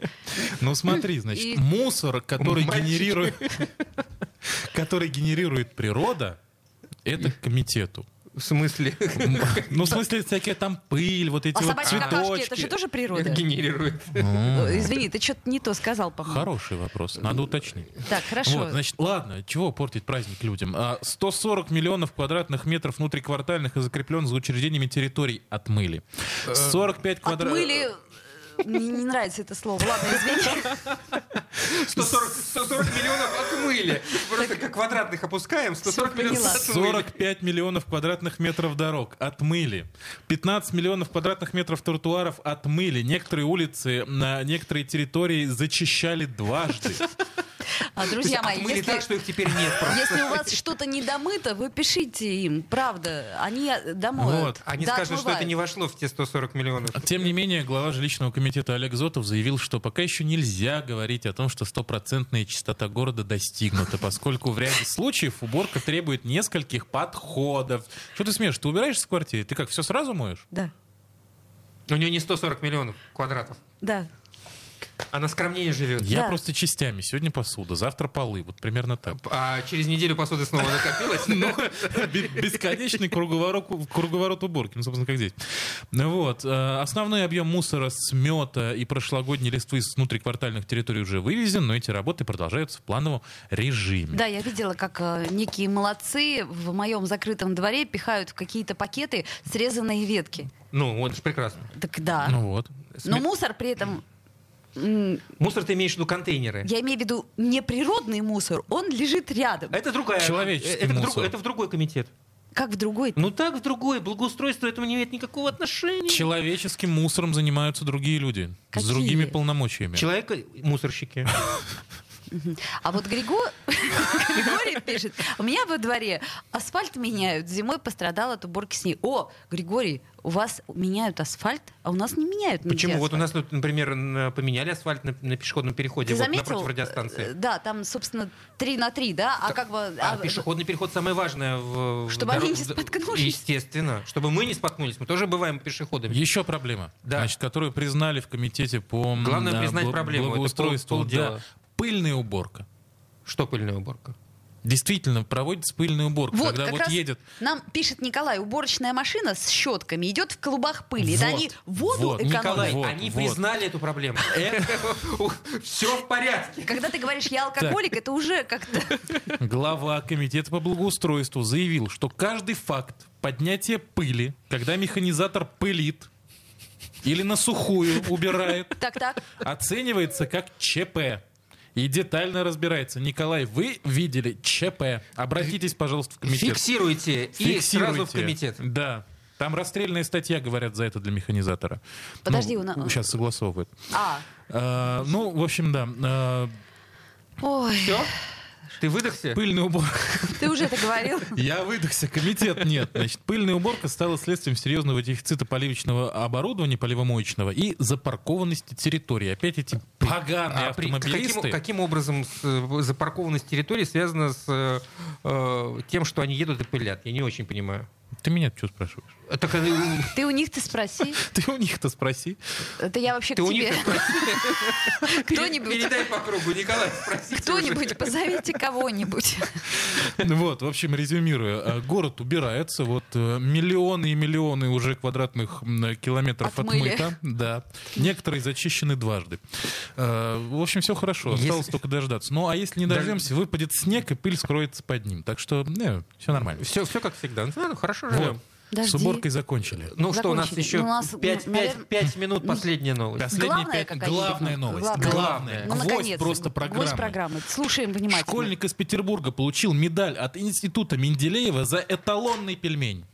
Speaker 5: Ну смотри, значит,
Speaker 3: э, И-
Speaker 5: мусор, который
Speaker 4: Мальчики.
Speaker 5: генерирует, который генерирует природа, это к комитету.
Speaker 4: В смысле?
Speaker 5: Ну, в смысле, всякие там пыль, вот эти
Speaker 3: А
Speaker 5: вот
Speaker 3: собачьи какашки, это же
Speaker 5: цветочки.
Speaker 3: тоже природа.
Speaker 4: Генерирует.
Speaker 3: Э, Извини, ты что-то не то сказал, по-моему.
Speaker 5: Хороший вопрос, надо уточнить.
Speaker 3: Так, хорошо.
Speaker 5: Вот, значит, ладно, чего портить праздник людям? А, 140 миллионов квадратных метров внутриквартальных и закрепленных за учреждениями территорий отмыли. 45 квадратных...
Speaker 3: Отмыли... э, Мне не нравится это слово. Ладно, извини.
Speaker 4: 140, 140 миллионов отмыли. Просто как квадратных опускаем, 140
Speaker 3: Всё,
Speaker 4: миллионов
Speaker 3: поняла.
Speaker 4: отмыли.
Speaker 5: 45 миллионов квадратных метров дорог отмыли. 15 миллионов квадратных метров тротуаров отмыли. Некоторые улицы на некоторые территории зачищали дважды.
Speaker 3: А,
Speaker 4: То есть
Speaker 3: друзья мои,
Speaker 4: отмыли
Speaker 3: если...
Speaker 4: так, что их теперь нет просто.
Speaker 3: Если у вас что-то не домыто, вы пишите им, правда, они э, домоют.
Speaker 5: Вот,
Speaker 4: Они
Speaker 3: Да,
Speaker 4: скажут, что это
Speaker 3: отмывают.
Speaker 4: не вошло в те 140 миллионов.
Speaker 5: Тем не менее, глава жилищного комитета Олег Зотов заявил, что пока еще нельзя говорить о том, что стопроцентная чистота города достигнута, поскольку в ряде случаев уборка требует нескольких подходов. Что ты смеешь? Ты убираешься в квартире? Ты как, все сразу моешь?
Speaker 3: Да,
Speaker 4: У нее не 140 миллионов квадратов.
Speaker 3: да.
Speaker 4: Она скромнее живет.
Speaker 5: Я
Speaker 3: Да.
Speaker 5: просто частями. Сегодня посуда, завтра полы. Вот примерно так.
Speaker 4: А через неделю посуды снова накопилось.
Speaker 5: Бе- Бесконечный круговорот, круговорот уборки. Ну, собственно, как здесь. Ну Вот. э, Основной объем мусора с мета и прошлогодней листвы с внутриквартальных территорий уже вывезен, но эти работы продолжаются в плановом режиме.
Speaker 3: Да, я видела, как э, некие молодцы в моем закрытом дворе пихают в какие-то пакеты срезанные ветки.
Speaker 4: Ну, вот это ж прекрасно.
Speaker 3: Так да.
Speaker 5: Ну вот.
Speaker 3: Но мусор при этом... м,
Speaker 4: Мусор ты имеешь в виду контейнеры.
Speaker 3: Я имею в виду неприродный мусор, он лежит рядом.
Speaker 4: Это другая.
Speaker 5: Человеческий
Speaker 4: это, к друг-
Speaker 5: мусор.
Speaker 4: это в другой комитет.
Speaker 3: Как в другой.
Speaker 4: Ну так в другой. Благоустройство этому не имеет никакого отношения.
Speaker 5: Человеческим мусором занимаются другие люди. С
Speaker 3: Какие?
Speaker 5: другими полномочиями.
Speaker 4: Человека мусорщики.
Speaker 3: А вот Григо... Григорий пишет, у меня во дворе асфальт меняют, зимой пострадал от уборки с ней. О, Григорий, у вас меняют асфальт, а у нас не меняют. нигде
Speaker 4: Почему? Вот у
Speaker 3: асфальт.
Speaker 4: нас тут, например, на- поменяли асфальт на, на пешеходном переходе
Speaker 3: Ты
Speaker 4: вот
Speaker 3: заметил?
Speaker 4: напротив радиостанции.
Speaker 3: Э, Да, там, собственно, 3 на 3, да? А как бы...
Speaker 4: А
Speaker 3: а,
Speaker 4: пешеходный переход самое важное в в
Speaker 3: Чтобы они
Speaker 4: дорог-
Speaker 3: не
Speaker 4: в-
Speaker 3: споткнулись.
Speaker 4: Естественно. Чтобы мы не споткнулись. Мы тоже бываем пешеходами.
Speaker 5: Еще проблема,
Speaker 4: Да.
Speaker 5: значит, которую признали в комитете по м,
Speaker 4: Главное
Speaker 5: да,
Speaker 4: признать проблему, это
Speaker 5: благоустройству.
Speaker 4: пол- полдела.
Speaker 5: Да. Пыльная уборка.
Speaker 4: Что пыльная уборка?
Speaker 5: Действительно, проводится пыльная уборка.
Speaker 3: Вот,
Speaker 5: когда
Speaker 3: как
Speaker 5: вот
Speaker 3: раз
Speaker 5: едет
Speaker 3: нам пишет Николай, уборочная машина с щетками идет в клубах пыли. Это
Speaker 5: Вот,
Speaker 3: они воду
Speaker 5: вот,
Speaker 3: экономят.
Speaker 4: Николай,
Speaker 5: Вот,
Speaker 4: они
Speaker 5: вот.
Speaker 4: признали эту проблему. Все в порядке.
Speaker 3: Когда ты говоришь, я алкоголик, это уже как-то...
Speaker 5: Глава комитета по благоустройству заявил, что каждый факт поднятия пыли, когда механизатор пылит или на сухую убирает,
Speaker 3: Так-так.
Speaker 5: оценивается как ЧП. И детально разбирается. Николай, вы видели ЧП. Обратитесь, пожалуйста, в комитет.
Speaker 4: Фиксируйте и сразу в комитет.
Speaker 5: Да. Там расстрельная статья, говорят, за это для механизатора. Ну,
Speaker 3: Подожди, у нас-
Speaker 5: Сейчас согласовывают.
Speaker 3: А,
Speaker 5: А, ну, в общем, да. а,
Speaker 3: ой,
Speaker 4: Все? Ты выдохся?
Speaker 5: пыльный убор.
Speaker 3: ты уже это говорил.
Speaker 5: Я выдохся, комитет нет. Значит, пыльная уборка стала следствием серьезного дефицита поливочного оборудования, поливомоечного и запаркованности территории. Опять эти поганые
Speaker 4: А при- каким,
Speaker 5: автомобилисты.
Speaker 4: каким образом с, э, запаркованность территории связана с э, э, тем, что они едут и пылят? Я не очень понимаю.
Speaker 5: Ты меня что спрашиваешь?
Speaker 4: А Так, э, э,
Speaker 3: Ты у них-то спроси.
Speaker 5: Ты у них-то спроси.
Speaker 3: Это я вообще
Speaker 4: ты
Speaker 3: к
Speaker 4: у
Speaker 3: тебе.
Speaker 4: них
Speaker 3: Кто-нибудь,
Speaker 4: передай по кругу, Николай, спросите
Speaker 3: кто-нибудь, позовите кого-нибудь.
Speaker 5: Ну Вот, в общем, резюмируя, э, город убирается, вот э, миллионы и миллионы уже квадратных м, километров
Speaker 3: Отмыли.
Speaker 5: отмыто, да, некоторые зачищены дважды. Э, В общем, все хорошо,
Speaker 4: Если- уже.
Speaker 5: осталось только дождаться. Ну, а если не
Speaker 4: Да.
Speaker 5: дождемся, выпадет снег и пыль скроется под ним, так что все нормально.
Speaker 4: Все, все как всегда. Ну, ладно, хорошо
Speaker 5: Вот.
Speaker 4: живем.
Speaker 3: Дожди.
Speaker 5: С уборкой закончили.
Speaker 4: Ну что, у нас
Speaker 3: Закончили.
Speaker 4: еще
Speaker 3: Ну, у нас,
Speaker 4: 5, пять
Speaker 3: ну,
Speaker 4: пять-
Speaker 3: наверно-
Speaker 4: пять минут последняя новость.
Speaker 5: Последняя
Speaker 3: Главная
Speaker 5: пять-
Speaker 3: какая-нибудь
Speaker 5: главная новость.
Speaker 3: Главная.
Speaker 5: Главная.
Speaker 3: Ну,
Speaker 5: Гвоздь
Speaker 3: наконец,
Speaker 5: просто программы.
Speaker 3: Гвоздь программы. Слушаем внимательно.
Speaker 5: Школьник из Петербурга получил медаль от Института Менделеева за эталонный пельмень.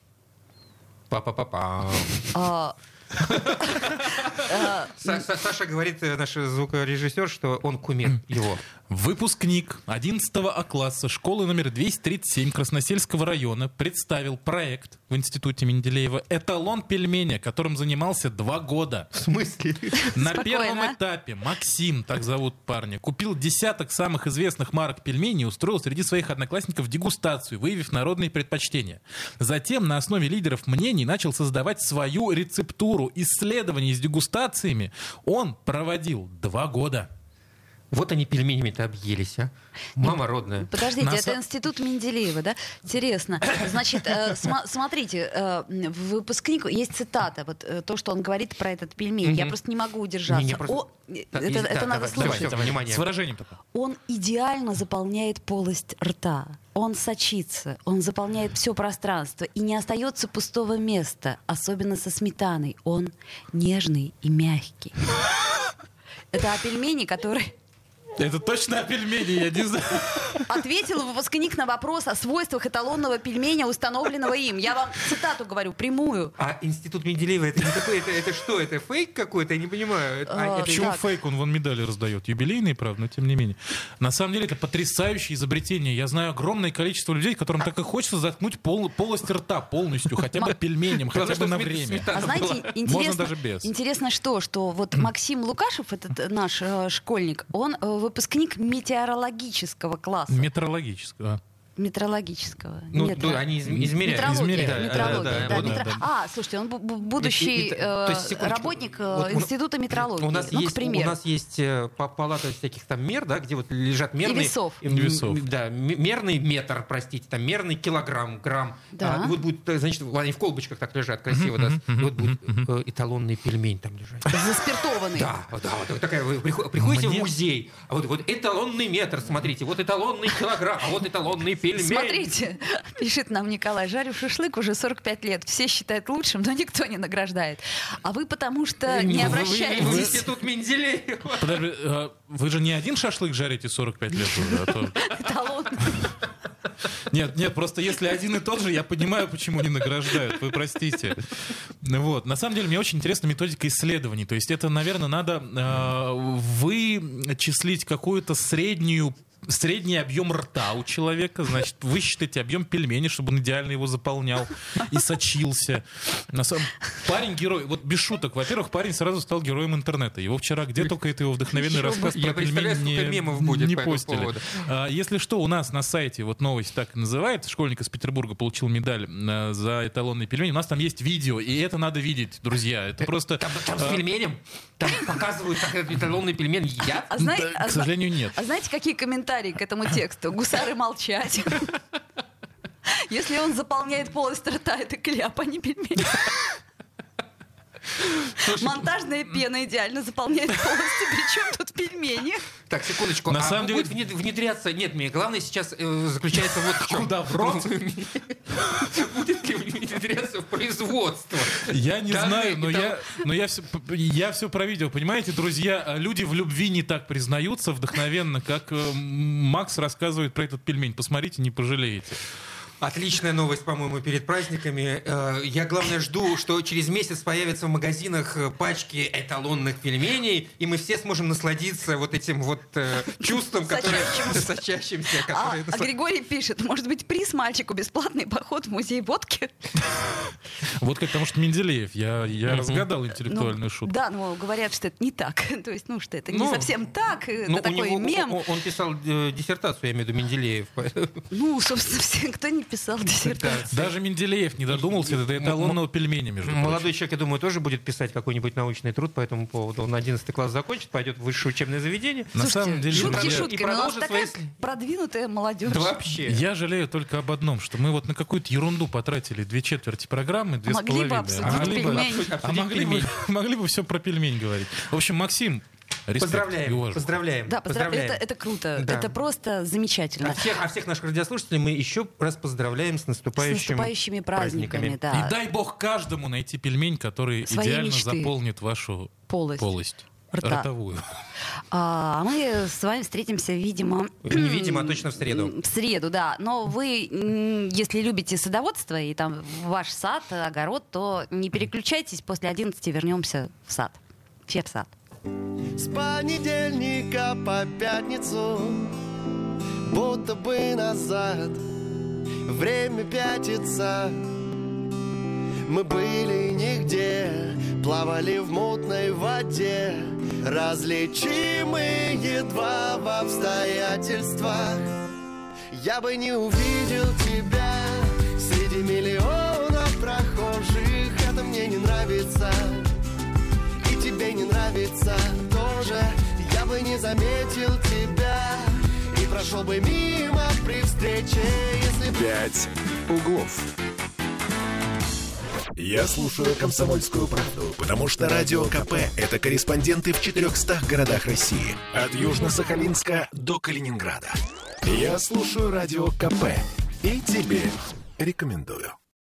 Speaker 4: Па-па-па-пам.
Speaker 3: А,
Speaker 4: Са- Са- Саша говорит, э, наш звукорежиссер, что он кумир его.
Speaker 5: Выпускник 11 А класса школы номер 237 Красносельского района представил проект в Институте Менделеева «Эталон пельменя», которым занимался два года.
Speaker 4: В смысле?
Speaker 5: На
Speaker 3: Спокойно.
Speaker 5: первом этапе Максим, так зовут парня, купил десяток самых известных марок пельменей и устроил среди своих одноклассников дегустацию, выявив народные предпочтения. Затем на основе лидеров мнений начал создавать свою рецептуру. Исследования с дегустациями он проводил два года.
Speaker 4: Вот они пельменями-то объелись, а. Мама родная.
Speaker 3: Подождите,
Speaker 5: На
Speaker 3: это
Speaker 5: са-
Speaker 3: институт Менделеева, да? Интересно. Значит, э, сма- смотрите, э, в выпускнику есть цитата, вот э, то, что он говорит про этот пельмень. Я
Speaker 4: Мгм.
Speaker 3: просто не могу удержаться.
Speaker 4: Не, не, просто-
Speaker 3: О, э,
Speaker 4: Так,
Speaker 3: это
Speaker 4: есть-
Speaker 3: это
Speaker 4: да,
Speaker 3: надо
Speaker 4: давай, давай,
Speaker 3: слушать.
Speaker 4: всё, внимание.
Speaker 5: С выражением такое.
Speaker 3: Он идеально заполняет полость рта. Он сочится, он заполняет все пространство и не остается пустого места, особенно со сметаной. Он нежный и мягкий. Это о пельмени, который
Speaker 5: Это точно о пельмени, я не знаю.
Speaker 3: ответил выпускник на вопрос о свойствах эталонного пельменя, установленного им. Я вам цитату говорю, прямую.
Speaker 4: А институт Менделеева, это не такой, это, это что, это фейк какой-то, я не понимаю. Это- а,
Speaker 3: А,
Speaker 4: это-
Speaker 5: Почему
Speaker 3: Так.
Speaker 5: фейк? Он вон медали раздает. Юбилейные, правда, но тем не менее. На самом деле это потрясающее изобретение. Я знаю огромное количество людей, которым так и хочется заткнуть пол- полость рта полностью, хотя бы пельменем, ну, хотя
Speaker 4: Главное,
Speaker 5: бы
Speaker 4: что
Speaker 5: на
Speaker 4: смет-
Speaker 5: время.
Speaker 4: сметана
Speaker 3: А знаете,
Speaker 4: была.
Speaker 3: интересно,
Speaker 5: Можно даже без.
Speaker 3: интересно что, что вот Максим Лукашев, этот э, наш э, школьник, он э, выпускник метеорологического класса.
Speaker 5: Метрологическое.
Speaker 3: метрологического.
Speaker 4: Ну,
Speaker 3: метро.
Speaker 4: да, они из- измеряют. Ну,
Speaker 3: Метрология,
Speaker 5: измеряют.
Speaker 3: метрология,
Speaker 5: Да, да,
Speaker 3: да,
Speaker 5: вот,
Speaker 3: метро-
Speaker 5: да.
Speaker 3: А, слушайте, он бу- бу- будущий
Speaker 4: И- и- и-
Speaker 3: э,
Speaker 4: то есть, секундочку.
Speaker 3: работник э,
Speaker 4: Вот у-
Speaker 3: Института метрологии.
Speaker 4: У нас,
Speaker 3: ну,
Speaker 4: есть,
Speaker 3: к примеру.
Speaker 4: у нас есть э, па- палата всяких там мер, да, где вот лежат мерные...
Speaker 3: весов.
Speaker 4: м,
Speaker 5: Весов.
Speaker 4: Да, м- мерный метр, простите, там мерный килограмм, грамм.
Speaker 3: Да.
Speaker 4: А, и вот будет, э, значит, они в колбочках так лежат красиво, да. И вот будет э, эталонный пельмень там лежать.
Speaker 3: Заспиртованный.
Speaker 4: Да, вот, да, вот такая, вы приход- приходите
Speaker 5: Мне-
Speaker 4: в музей, а вот, вот эталонный метр, смотрите, вот эталонный килограмм, а вот эталонный пельмень.
Speaker 3: Смотрите, пишет нам Николай, жарю шашлык уже 45 лет. Все считают лучшим, но никто не награждает. А вы потому что не
Speaker 4: Ну, Вы- вы- Вы, в
Speaker 3: обращаетесь.
Speaker 4: институт Менделеева.
Speaker 5: Подожди, э, вы же не один шашлык жарите 45 лет уже, а то-
Speaker 3: Эталон.
Speaker 5: Нет, нет, просто если один и тот же, я понимаю, почему не награждают, вы простите. Ну Вот. На самом деле, мне очень интересна методика исследований. То есть это, наверное, надо э, вычислить какую-то среднюю средний объем рта у человека, значит, высчитайте объем пельменей, чтобы он идеально его заполнял и сочился. На самом... Парень герой, вот без шуток, во-первых, парень сразу стал героем интернета. Его вчера где только это его вдохновенный
Speaker 4: Ещё бы.
Speaker 5: рассказ
Speaker 4: Я
Speaker 5: про
Speaker 4: представляю,
Speaker 5: пельмени
Speaker 4: сколько мемов будет
Speaker 5: не
Speaker 4: по этому
Speaker 5: постили.
Speaker 4: поводу.
Speaker 5: А, Если что, у нас на сайте вот новость так и называется. Школьник из Петербурга получил медаль э, за эталонный пельмень. У нас там есть видео, и это надо видеть, друзья. Это просто...
Speaker 4: Там, там
Speaker 5: а,
Speaker 4: с пельменем, там показывают, как этот эталонный пельмень едят.
Speaker 3: А зна-
Speaker 5: да,
Speaker 3: а
Speaker 5: к
Speaker 3: зна-
Speaker 5: сожалению, нет.
Speaker 3: А знаете, какие комментарии к этому тексту? Гусары молчать. Если он заполняет полость рта, это кляп, а не пельмень. Монтажная пена идеально заполняет полость. Причем тут пельмени?
Speaker 4: Так, секундочку.
Speaker 5: На
Speaker 4: а
Speaker 5: самом
Speaker 4: будет
Speaker 5: деле-
Speaker 4: внед- внедряться? Нет, мне главное сейчас э, заключается вот в чем.
Speaker 5: Куда, в рот?
Speaker 4: Будет ли внедряться в производство?
Speaker 5: Я не
Speaker 4: Даже
Speaker 5: знаю, но
Speaker 4: и там-
Speaker 5: я, но я все, я все про видео. Понимаете, друзья, э, люди в любви не так признаются вдохновенно, как э, Макс рассказывает про этот пельмень. Посмотрите, не пожалеете.
Speaker 4: Отличная новость, по-моему, перед праздниками. Э, Я, главное, жду, что через месяц появятся в магазинах э, пачки эталонных пельменей, и мы все сможем насладиться вот этим вот э, чувством, которое сочащимся.
Speaker 3: А,
Speaker 4: которое
Speaker 3: а
Speaker 4: насла-
Speaker 3: Григорий пишет, может быть, приз мальчику бесплатный поход в музей водки?
Speaker 5: Вот как, потому что Менделеев, я, я разгадал интеллектуальную
Speaker 3: Ну,
Speaker 5: шутку.
Speaker 3: Да, но говорят, что это не так. То есть, ну, что это не
Speaker 4: Ну,
Speaker 3: совсем так. э, Это
Speaker 4: Ну, у
Speaker 3: такой
Speaker 4: него-
Speaker 3: мем.
Speaker 4: о- о- Он писал э, диссертацию, я имею в виду, Менделеев. поэтому-
Speaker 3: Ну, собственно, все, кто не писал диссертацию.
Speaker 5: Даже Менделеев не додумался до эталонного пельменя, между прочим.
Speaker 4: Молодой человек, я думаю, тоже будет писать какой-нибудь научный труд по этому поводу. Он 11 класс закончит, пойдет в высшее учебное заведение.
Speaker 5: На самом деле,
Speaker 3: шутки
Speaker 5: друзья,
Speaker 4: и
Speaker 3: шутками, но у нас
Speaker 4: продолжит
Speaker 3: такая
Speaker 4: свои-
Speaker 3: продвинутая молодежь.
Speaker 4: Да вообще.
Speaker 5: Я жалею только об одном, что мы вот на какую-то ерунду потратили две четверти программы, две с
Speaker 3: Могли бы
Speaker 5: половиной.
Speaker 3: обсудить
Speaker 5: А могли бы-
Speaker 3: пельмень.
Speaker 4: Обсудить
Speaker 5: а могли бы,
Speaker 4: пельмени.
Speaker 5: могли бы все про пельмень говорить. В общем, Максим, Респект и
Speaker 4: Поздравляем,
Speaker 5: уважу.
Speaker 4: поздравляем.
Speaker 3: Да, поздра-
Speaker 4: поздравляем.
Speaker 3: Это, это круто.
Speaker 4: Да.
Speaker 3: Это просто замечательно.
Speaker 4: А всех, а всех наших радиослушателей мы еще раз поздравляем с
Speaker 3: С
Speaker 4: наступающим
Speaker 3: наступающими праздниками, да.
Speaker 5: И дай бог каждому найти пельмень, который
Speaker 3: Своей
Speaker 5: идеально
Speaker 3: мечты.
Speaker 5: заполнит вашу
Speaker 3: Полость.
Speaker 5: полость.
Speaker 3: Рта.
Speaker 5: Ротовую.
Speaker 3: А мы с вами встретимся, видимо...
Speaker 4: Не видимо, а точно в среду.
Speaker 3: В среду, да. Но вы, м, если любите садоводство и там ваш сад, огород, то не переключайтесь, после 11 вернемся в сад. Все в сад.
Speaker 8: С понедельника по пятницу Будто бы назад Время пятится Мы были нигде Плавали в мутной воде Различимы едва в обстоятельствах Я бы не увидел тебя Среди миллиона прохожих Это мне не нравится и тебе не нравится тоже Я бы не заметил тебя И прошел бы мимо при встрече, если бы
Speaker 2: Пять углов.
Speaker 1: Я слушаю «Комсомольскую правду», потому что «Радио КП» — это корреспонденты в 400 городах России. От Южно-Сахалинска до Калининграда.
Speaker 2: Я слушаю радио КП и тебе рекомендую.